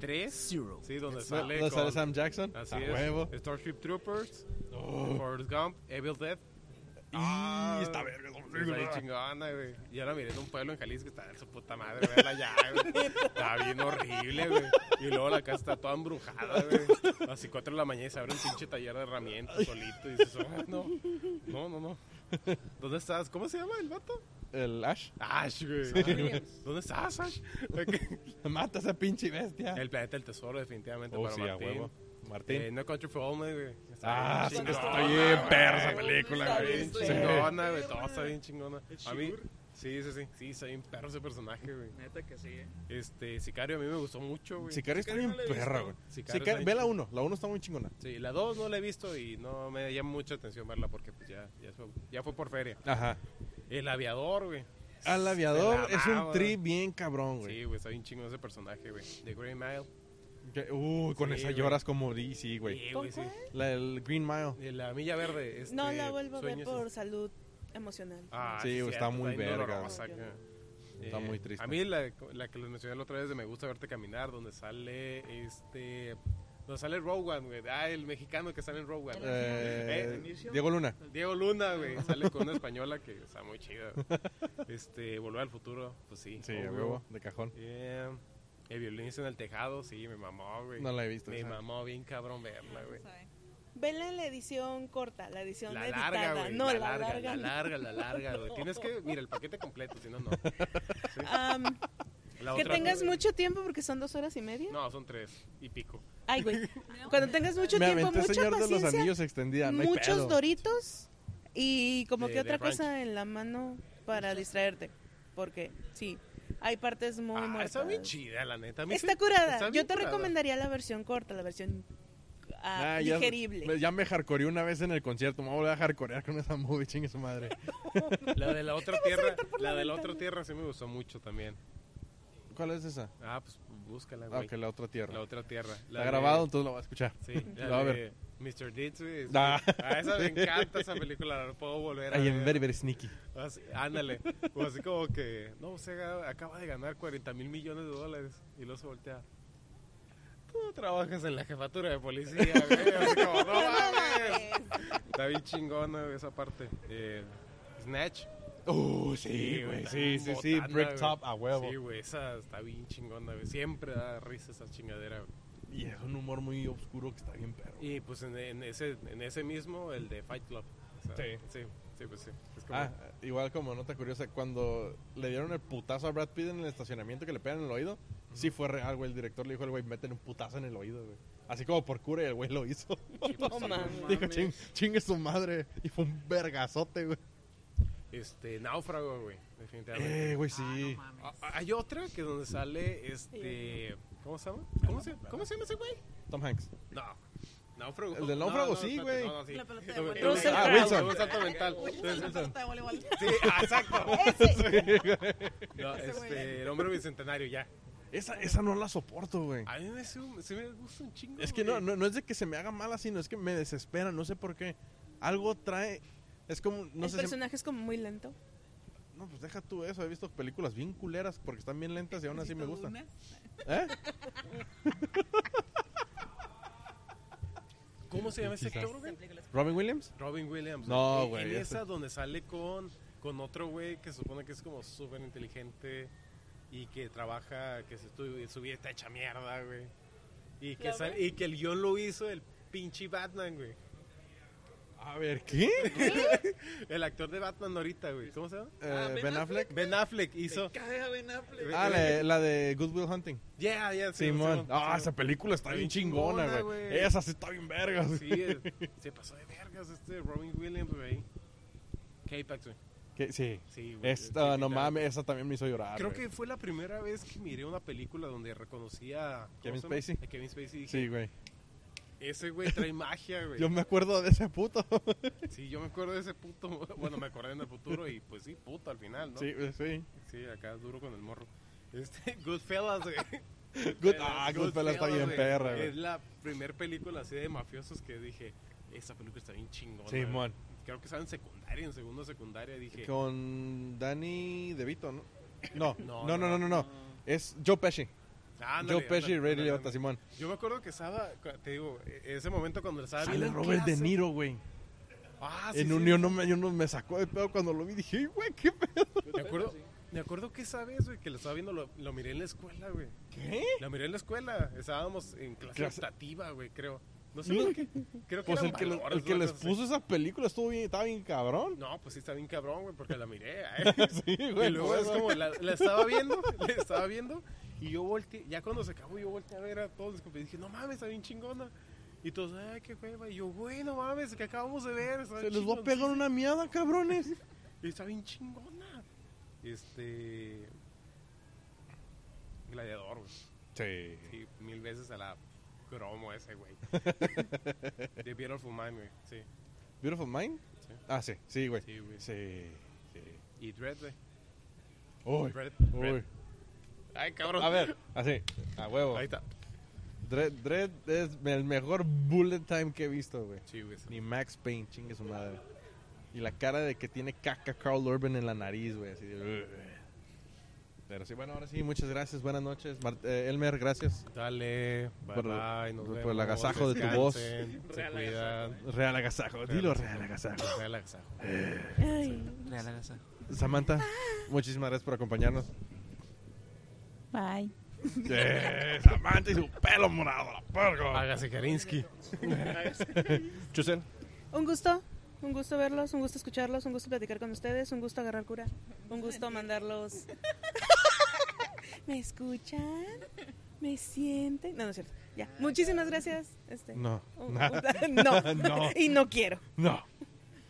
S1: 3, sí, donde sale,
S2: ¿No sale
S1: con-
S2: Sam Jackson?
S1: Así
S2: a
S1: es,
S2: huevo.
S1: Starship Troopers, Forrest Gump, Evil Dead.
S2: Oh.
S1: Ah,
S2: Y está verga.
S1: Está bien chingona, güey. Ya la miré en un pueblo en Jalisco, está de su puta madre, verla ya, güey. Está bien horrible, güey. Y luego la casa está toda embrujada, güey. A las 4 de la mañana y se abre un pinche taller de herramientas solito y dices, oh, no, no, no, no. ¿Dónde estás? ¿Cómo se llama el vato?
S2: El Ash
S1: Ash, güey. ¿Dónde estás, Ash?
S2: mata a esa pinche bestia.
S1: El planeta del tesoro, definitivamente,
S2: oh,
S1: para
S2: sí, a
S1: Martín.
S2: huevo. Martín.
S1: Eh, no Country for Old Men, güey. Está
S2: ah, sí,
S1: bien
S2: que
S1: chingona,
S2: está bien perra esa película,
S3: Está
S2: güey.
S3: bien
S1: Está
S2: Sí.
S1: bien chingona, güey. Todo está bien chingona.
S8: El
S1: A mí,
S8: Shigur.
S1: sí, sí, sí. Sí, está bien perro ese personaje, güey.
S8: Neta que sí, ¿eh?
S1: Este, Sicario a mí me gustó mucho, güey.
S2: Sicario está bien
S8: no la he
S2: perra,
S8: visto.
S2: güey.
S1: Sicario
S2: Sicario-
S1: está bien
S2: Ve la 1, la 1 está muy chingona.
S1: Sí, la 2 no la he visto y no me llama mucha atención verla porque pues ya, ya, fue, ya fue por feria.
S2: Ajá.
S1: El aviador, güey.
S2: Al aviador
S1: Se la
S2: es un
S1: mama.
S2: tri bien cabrón, güey.
S1: Sí, güey, está bien chingón ese personaje, güey. The Green Mile.
S2: Que- Uy, con
S1: Sí,
S2: esa
S1: güey.
S2: lloras como di, sí, güey.
S1: Sí,
S3: ¿Con
S1: güey, sí.
S2: La del Green Mile.
S1: De La milla verde. Este,
S3: No la vuelvo a ver
S1: sueños-
S2: este.
S3: por salud emocional.
S1: Ah,
S2: Sí, güey, está
S1: cierto,
S2: muy
S1: bien
S2: verga,
S1: dolorosa,
S3: güey.
S1: acá.
S2: Está muy triste.
S1: A mí la, la que les mencioné la otra vez de Me gusta verte caminar, donde sale este... Donde sale Rowan, güey. Ah, el mexicano que sale en Rowan.
S2: Eh,
S8: ¿Inicio?
S2: Diego Luna.
S1: Diego Luna, güey, sale con una española que está muy chida. Este, Volver al futuro, pues sí.
S2: Sí,
S1: obvio.
S2: a huevo, de cajón.
S1: Eh, el violinista en el tejado, sí, me mamó, güey.
S2: No la he visto.
S1: me
S2: esa.
S1: mamó bien cabrón verla, güey.
S6: Sabe.
S3: Vela en la edición corta, la edición
S1: La
S3: editada.
S1: larga, güey.
S3: no,
S1: la, larga, la
S3: no.
S1: larga, la larga, güey. Tienes que, mira, el paquete completo, si no, no.
S3: Am,
S1: La
S3: que
S1: otra-
S3: tengas mucho tiempo porque son dos horas y media.
S1: No, son tres y pico.
S3: Ay, güey. Cuando tengas mucho
S2: Me
S3: tiempo,
S2: aventé
S3: mucha
S2: Señor de los
S3: paciencia,
S2: Anillos extendida. No hay
S3: muchos
S2: pedo.
S3: doritos y como
S1: De-
S3: que otra
S1: de ranch.
S3: cosa en la mano para distraerte. Porque sí, hay partes muy
S1: Ah,
S3: muertas.
S1: está bien chida, la neta. A mí
S3: Está
S1: sí-
S3: curada.
S1: está bien
S3: Yo te
S1: curada.
S3: recomendaría la versión corta, la versión ah,
S2: Ah, ya-
S3: digerible.
S2: me- Ya, me hardcoreé una vez en el concierto. Me voy a volver a hardcorear con esa movie, chingue su madre.
S1: La de la otra tierra, la de la otra tierra sí me gustó mucho también.
S2: ¿Cuál es esa?
S1: Ah, pues búscala,
S2: Ah,
S1: güey.
S2: ok, la otra tierra.
S1: La otra tierra. La
S2: Está
S1: de-
S2: grabado, entonces la voy a escuchar.
S1: Sí,
S2: La
S1: la
S2: voy
S1: de
S2: a ver.
S1: Mr. Deeds, güey. es-
S2: Ah.
S1: Ah, esa me encanta esa película, la puedo volver a
S2: Ay, en
S1: ver.
S2: Very Very Sneaky.
S1: Así- ándale. O así como que, no, usted ga- acaba de ganar 40 mil millones de dólares. Y luego se voltea. Tú no trabajas en la jefatura de policía, güey. Así como, no mames. Está bien chingona güey, esa parte. Eh, Snatch.
S2: Uh, sí, güey. Sí, sí, sí.
S1: Botana,
S2: Brick
S1: güey.
S2: Top a huevo.
S1: Sí, güey, esa está bien chingona, güey. Siempre da risa esa chingadera, güey.
S2: Y es un humor muy oscuro que está bien perro.
S1: Y pues en, en ese, en ese mismo, el de Fight Club. O sea,
S9: Sí.
S1: sí, sí, pues sí. Es como,
S2: Ah, igual como nota curiosa, cuando le dieron el putazo a Brad Pitt en el estacionamiento que le pegan en el oído, sí fue real, güey. El director le dijo al güey, meten un putazo en el oído, güey. Así como por cura y el güey lo hizo.
S3: No mames.
S2: Dijo, "Ching- chingue su madre. Y fue un vergazote, güey.
S1: Este, náufrago, güey. Definitivamente.
S2: Eh, güey, sí.
S10: Ah, no mames.
S1: Ah, Hay otra que es donde sale este. ¿Cómo se
S2: Ah,
S1: llama? ¿Cómo se, ¿cómo se llama ese güey?
S2: Tom Hanks.
S1: No. Náufrago.
S2: El del náufrago, sí,
S1: espérate,
S2: güey.
S1: No, no, sí.
S10: La pelota de
S1: No,
S10: voleibol.
S1: el-
S3: Russell
S1: ah,
S2: Crowe.
S1: Wilson, Un salto mental.
S10: La pelota de voleibol.
S1: Sí, ah, exacto. No,
S10: Ese güey.
S1: este, el hombre bicentenario, ya.
S2: Esa, esa no la soporto, güey.
S1: A mí me, se, se me gusta un chingo.
S2: Es que no,
S1: güey.
S2: no, no es de que se me haga mala, sino es que me desespera, no sé por qué. Algo trae. Es como. No
S3: el
S2: sé. se-
S3: personaje es como muy lento.
S2: No, pues deja tú eso. He visto películas bien culeras porque están bien lentas y aún así me
S10: Necesito
S2: gustan.
S10: una.
S2: ¿Eh?
S1: ¿Cómo se llama ese
S2: Quizás.
S1: actor, güey?
S2: ¿Robin Williams?
S1: Robin Williams.
S2: No,
S1: En-
S2: güey,
S1: En
S2: ese-
S1: esa donde sale con, con otro güey que se supone que es como súper inteligente y que trabaja, que se estu- su vida está hecha mierda, güey. Y que,
S3: ¿La
S1: sal- y que el guión lo hizo el pinche Batman, güey.
S2: A ver, ¿qué?
S1: El actor de Batman ahorita, güey. ¿Cómo se llama?
S2: Eh, ben Affleck.
S1: Ben Affleck hizo.
S2: Ah, la, la de Good Will Hunting.
S1: Yeah, yeah, sí,
S2: Simón.
S1: Simón,
S2: Ah,
S1: Simón.
S2: esa película está bien chingona,
S1: Chingona,
S2: güey.
S1: güey.
S2: Esa sí está bien verga.
S1: Sí, eh, se pasó de vergas este Robin Williams, güey. K-Pax, güey.
S2: Que- sí.
S1: Sí, güey.
S2: Esta,
S1: Sí, claro.
S2: no mames, esa también me hizo llorar.
S1: Creo
S2: güey.
S1: que fue la primera vez que miré una película donde reconocí a ¿cómo
S2: Kevin
S1: se llama?
S2: Spacey.
S1: A Kevin Spacey y dije,
S2: Sí, güey.
S1: ese güey trae magia, güey.
S2: Yo me acuerdo de ese puto.
S1: Sí, yo me acuerdo de ese puto. Bueno, me acordé en el futuro y pues sí, puto al final, ¿no?
S2: Sí, güey, sí.
S1: Sí, acá duro con el morro. Este, Goodfellas, güey.
S2: Good, ah, Goodfellas está bien
S1: güey.
S2: perra, güey.
S1: Es la primer película así de mafiosos que dije, esa película está bien chingona. güey".
S2: Simón.
S1: Creo que estaba en secundaria, en segundo de secundaria, dije.
S2: Con Danny DeVito, ¿no? No, no,
S1: No,
S2: no, no, no. no, Es Joe Pesci.
S1: "Ah, ándale,
S2: Joe Pesci y
S1: ándale,
S2: Ray
S1: ándale,
S2: Liotta,
S1: ándale.
S2: Simón.
S1: Yo me acuerdo que estaba, te digo, en ese momento cuando le estaba
S2: Sale
S1: viendo
S2: Robert De Niro, güey.
S1: Ah, sí,
S2: En
S1: sí. Pues
S2: Unión no me, yo no me sacó de pedo cuando lo vi. Dije, "Ey, güey, qué pedo.
S1: Me acuerdo, me acuerdo que esa vez, güey, que lo estaba viendo, lo, lo miré en la escuela, güey.
S2: ¿Qué?
S1: Lo miré en la escuela. Estábamos en clase
S2: Clase-
S1: optativa, güey, creo. No sé
S2: Mira.
S1: por qué. Creo que
S2: Pues
S1: eran
S2: el que, lo-
S1: valores,
S2: el que
S1: una
S2: les
S1: cosa así.
S2: puso esa película estuvo bien, estaba bien cabrón.
S1: No, pues sí está bien cabrón, güey, porque la miré. eh.
S2: Sí, güey.
S1: y luego
S2: por
S1: es
S2: eso.
S1: como, la, la estaba viendo, la estaba viendo. Y yo volteé, ya cuando se acabó, yo volteé a ver a todos mis compañeros. Dije, no mames, está bien chingona. Y todos, ay, qué hueva. Y yo, güey, no mames, que acabamos de ver. está
S2: Se les va a
S1: chingoncísima".
S2: pegar una miada, cabrones.
S1: Y está bien chingona. Este. Gladiador, güey.
S2: Sí.
S1: Sí, mil veces a la cromo ese, güey. De Beautiful Mind, güey. Sí,
S2: Beautiful Mind.
S1: Sí.
S2: Ah, sí, sí, güey.
S1: sí, güey.
S2: Sí. sí.
S1: Y Dread, güey.
S2: Uy,
S1: Dread.
S2: uy.
S1: Dread. Ay, cabrón.
S2: A ver, así, a huevo.
S1: Ahí está.
S2: Dread, Dread es el mejor bullet time que he visto, güey.
S1: Sí, güey.
S2: Ni Max Payne, chingue su madre. Y la cara de que tiene caca Carl Urban en la nariz, güey. Así de, Pero sí, bueno, ahora sí, muchas gracias, buenas noches. Mar- eh, Elmer, gracias.
S1: Dale. Bye,
S2: Por-
S1: bye. Nos
S2: por el
S1: vemos,
S2: agasajo de tu voz.
S1: descansen, Se cuidan.
S2: Real agasajo, dilo real agasajo.
S1: Real agasajo.
S3: Ay.
S11: Real agasajo.
S2: Samantha, muchísimas gracias por acompañarnos.
S10: Bye.
S2: Eh, Samantha y su pelo morado, la perga.
S1: Hágase Karinsky.
S2: Chusel,
S3: Un gusto, un gusto verlos, un gusto escucharlos, un gusto platicar con ustedes, un gusto agarrar cura, un gusto mandarlos. ¿Me escuchan? ¿Me sienten? No, no es cierto. Ya. Muchísimas gracias. Este,
S2: no,
S3: un-
S2: nada.
S3: un- no.
S2: No.
S3: Y no quiero.
S2: no.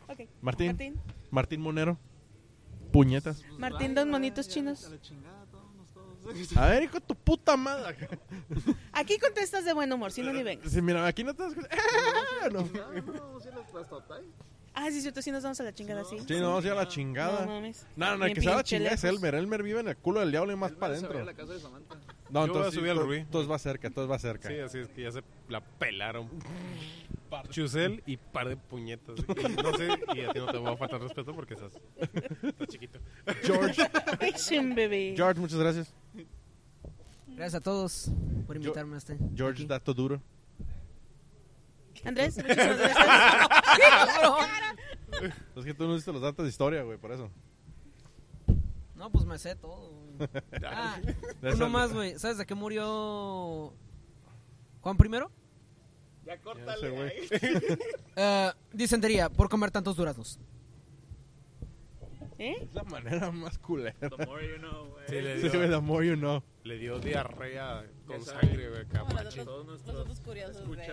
S3: Ok.
S2: Martín.
S3: Martín.
S2: Martín Monero, puñetas.
S3: Martín, dos monitos chinos.
S2: A ver, hijo de tu puta madre.
S3: Aquí contestas de buen humor, si no ni vengas.
S2: Sí, mira, aquí no te das cuenta. No.
S3: Ah, sí, es cierto, sí nos vamos a la chingada, sí.
S2: Sí, no, sí, a la
S3: No
S2: chingada.
S3: mames.
S2: No, no, el
S3: Bien
S2: que se va a la
S3: pinche
S2: chingada es
S3: lejos.
S2: Elmer. Elmer vive en el culo del diablo y más para adentro. No,
S1: Yo voy a
S2: entonces
S1: subir al
S2: to-
S1: Rubí.
S2: Todos va cerca, todos va cerca.
S1: Sí, así es que ya se la pelaron. Chusel y par de puñetas. Y no sé, y a ti no te voy a faltar respeto porque estás, estás chiquito.
S2: George,
S3: Action, bebé.
S2: George, muchas gracias.
S5: Gracias a todos por invitarme a este.
S2: George,
S5: aquí.
S2: dato duro.
S3: Andrés, muchísimas gracias.
S2: Es que tú no hiciste los datos de historia, güey, por eso.
S5: No, pues me sé todo. güey. Ah,
S2: De esa-
S5: uno más, güey. ¿Sabes de qué murió Juan primero.
S4: Ya
S2: Ese
S4: córtale.
S2: güey.
S4: ahí.
S5: Eh, disentería, por comer tantos duraznos.
S3: ¿Eh?
S2: Es la manera más culera.
S4: The more you know, güey.
S1: Sí, le
S2: Sí,
S1: dio,
S2: güey, the more you know.
S1: le dio diarrea con
S4: Ya sabe.
S1: sangre, güey, acá,
S6: Como los
S1: machín.
S6: otros,
S4: Todos
S6: los otros
S4: nuestros
S6: curiosos de...
S4: escuchas.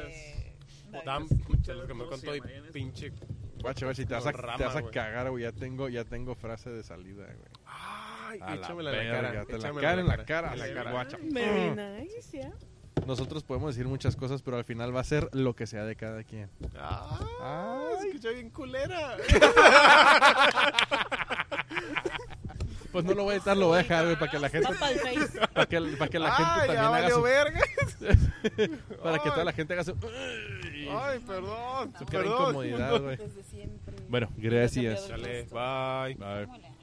S6: David.
S1: Dan,
S4: Escucha
S1: se
S4: la
S1: lo comió con
S4: cosa,
S1: todo y
S4: imagínate.
S1: pinche.
S2: Guacha, guacha, y te vas a,
S1: Como rama,
S2: te vas a
S1: güey.
S2: cagar, güey. Ya tengo, ya tengo frase de salida, güey.
S1: Ay,
S2: A la
S1: échamela en la
S2: verga,
S1: cara.
S2: te la
S1: échamela
S2: caen en la cara,
S1: en
S2: sí,
S1: la cara.
S2: guacha.
S3: Very nice, yeah.
S2: Nosotros podemos decir muchas cosas, pero al final va a ser lo que sea de cada quien.
S1: Ah, se
S2: Ay,
S1: escucha bien culera.
S2: pues no lo voy a editar, lo voy a dejar, güey, para que la gente,
S3: Va pa'l Face.
S2: para que, para que
S1: Ay,
S2: la
S1: ya
S2: gente también haga
S1: valió
S2: su,
S1: verga.
S2: para que
S1: Ay.
S2: toda la gente haga su,
S1: Ay, perdón,
S2: su cara de
S1: perdón.
S2: incomodidad, güey.
S6: Desde siempre.
S2: Bueno, gracias.
S1: Dale, bye.
S2: Bye.
S6: Hola.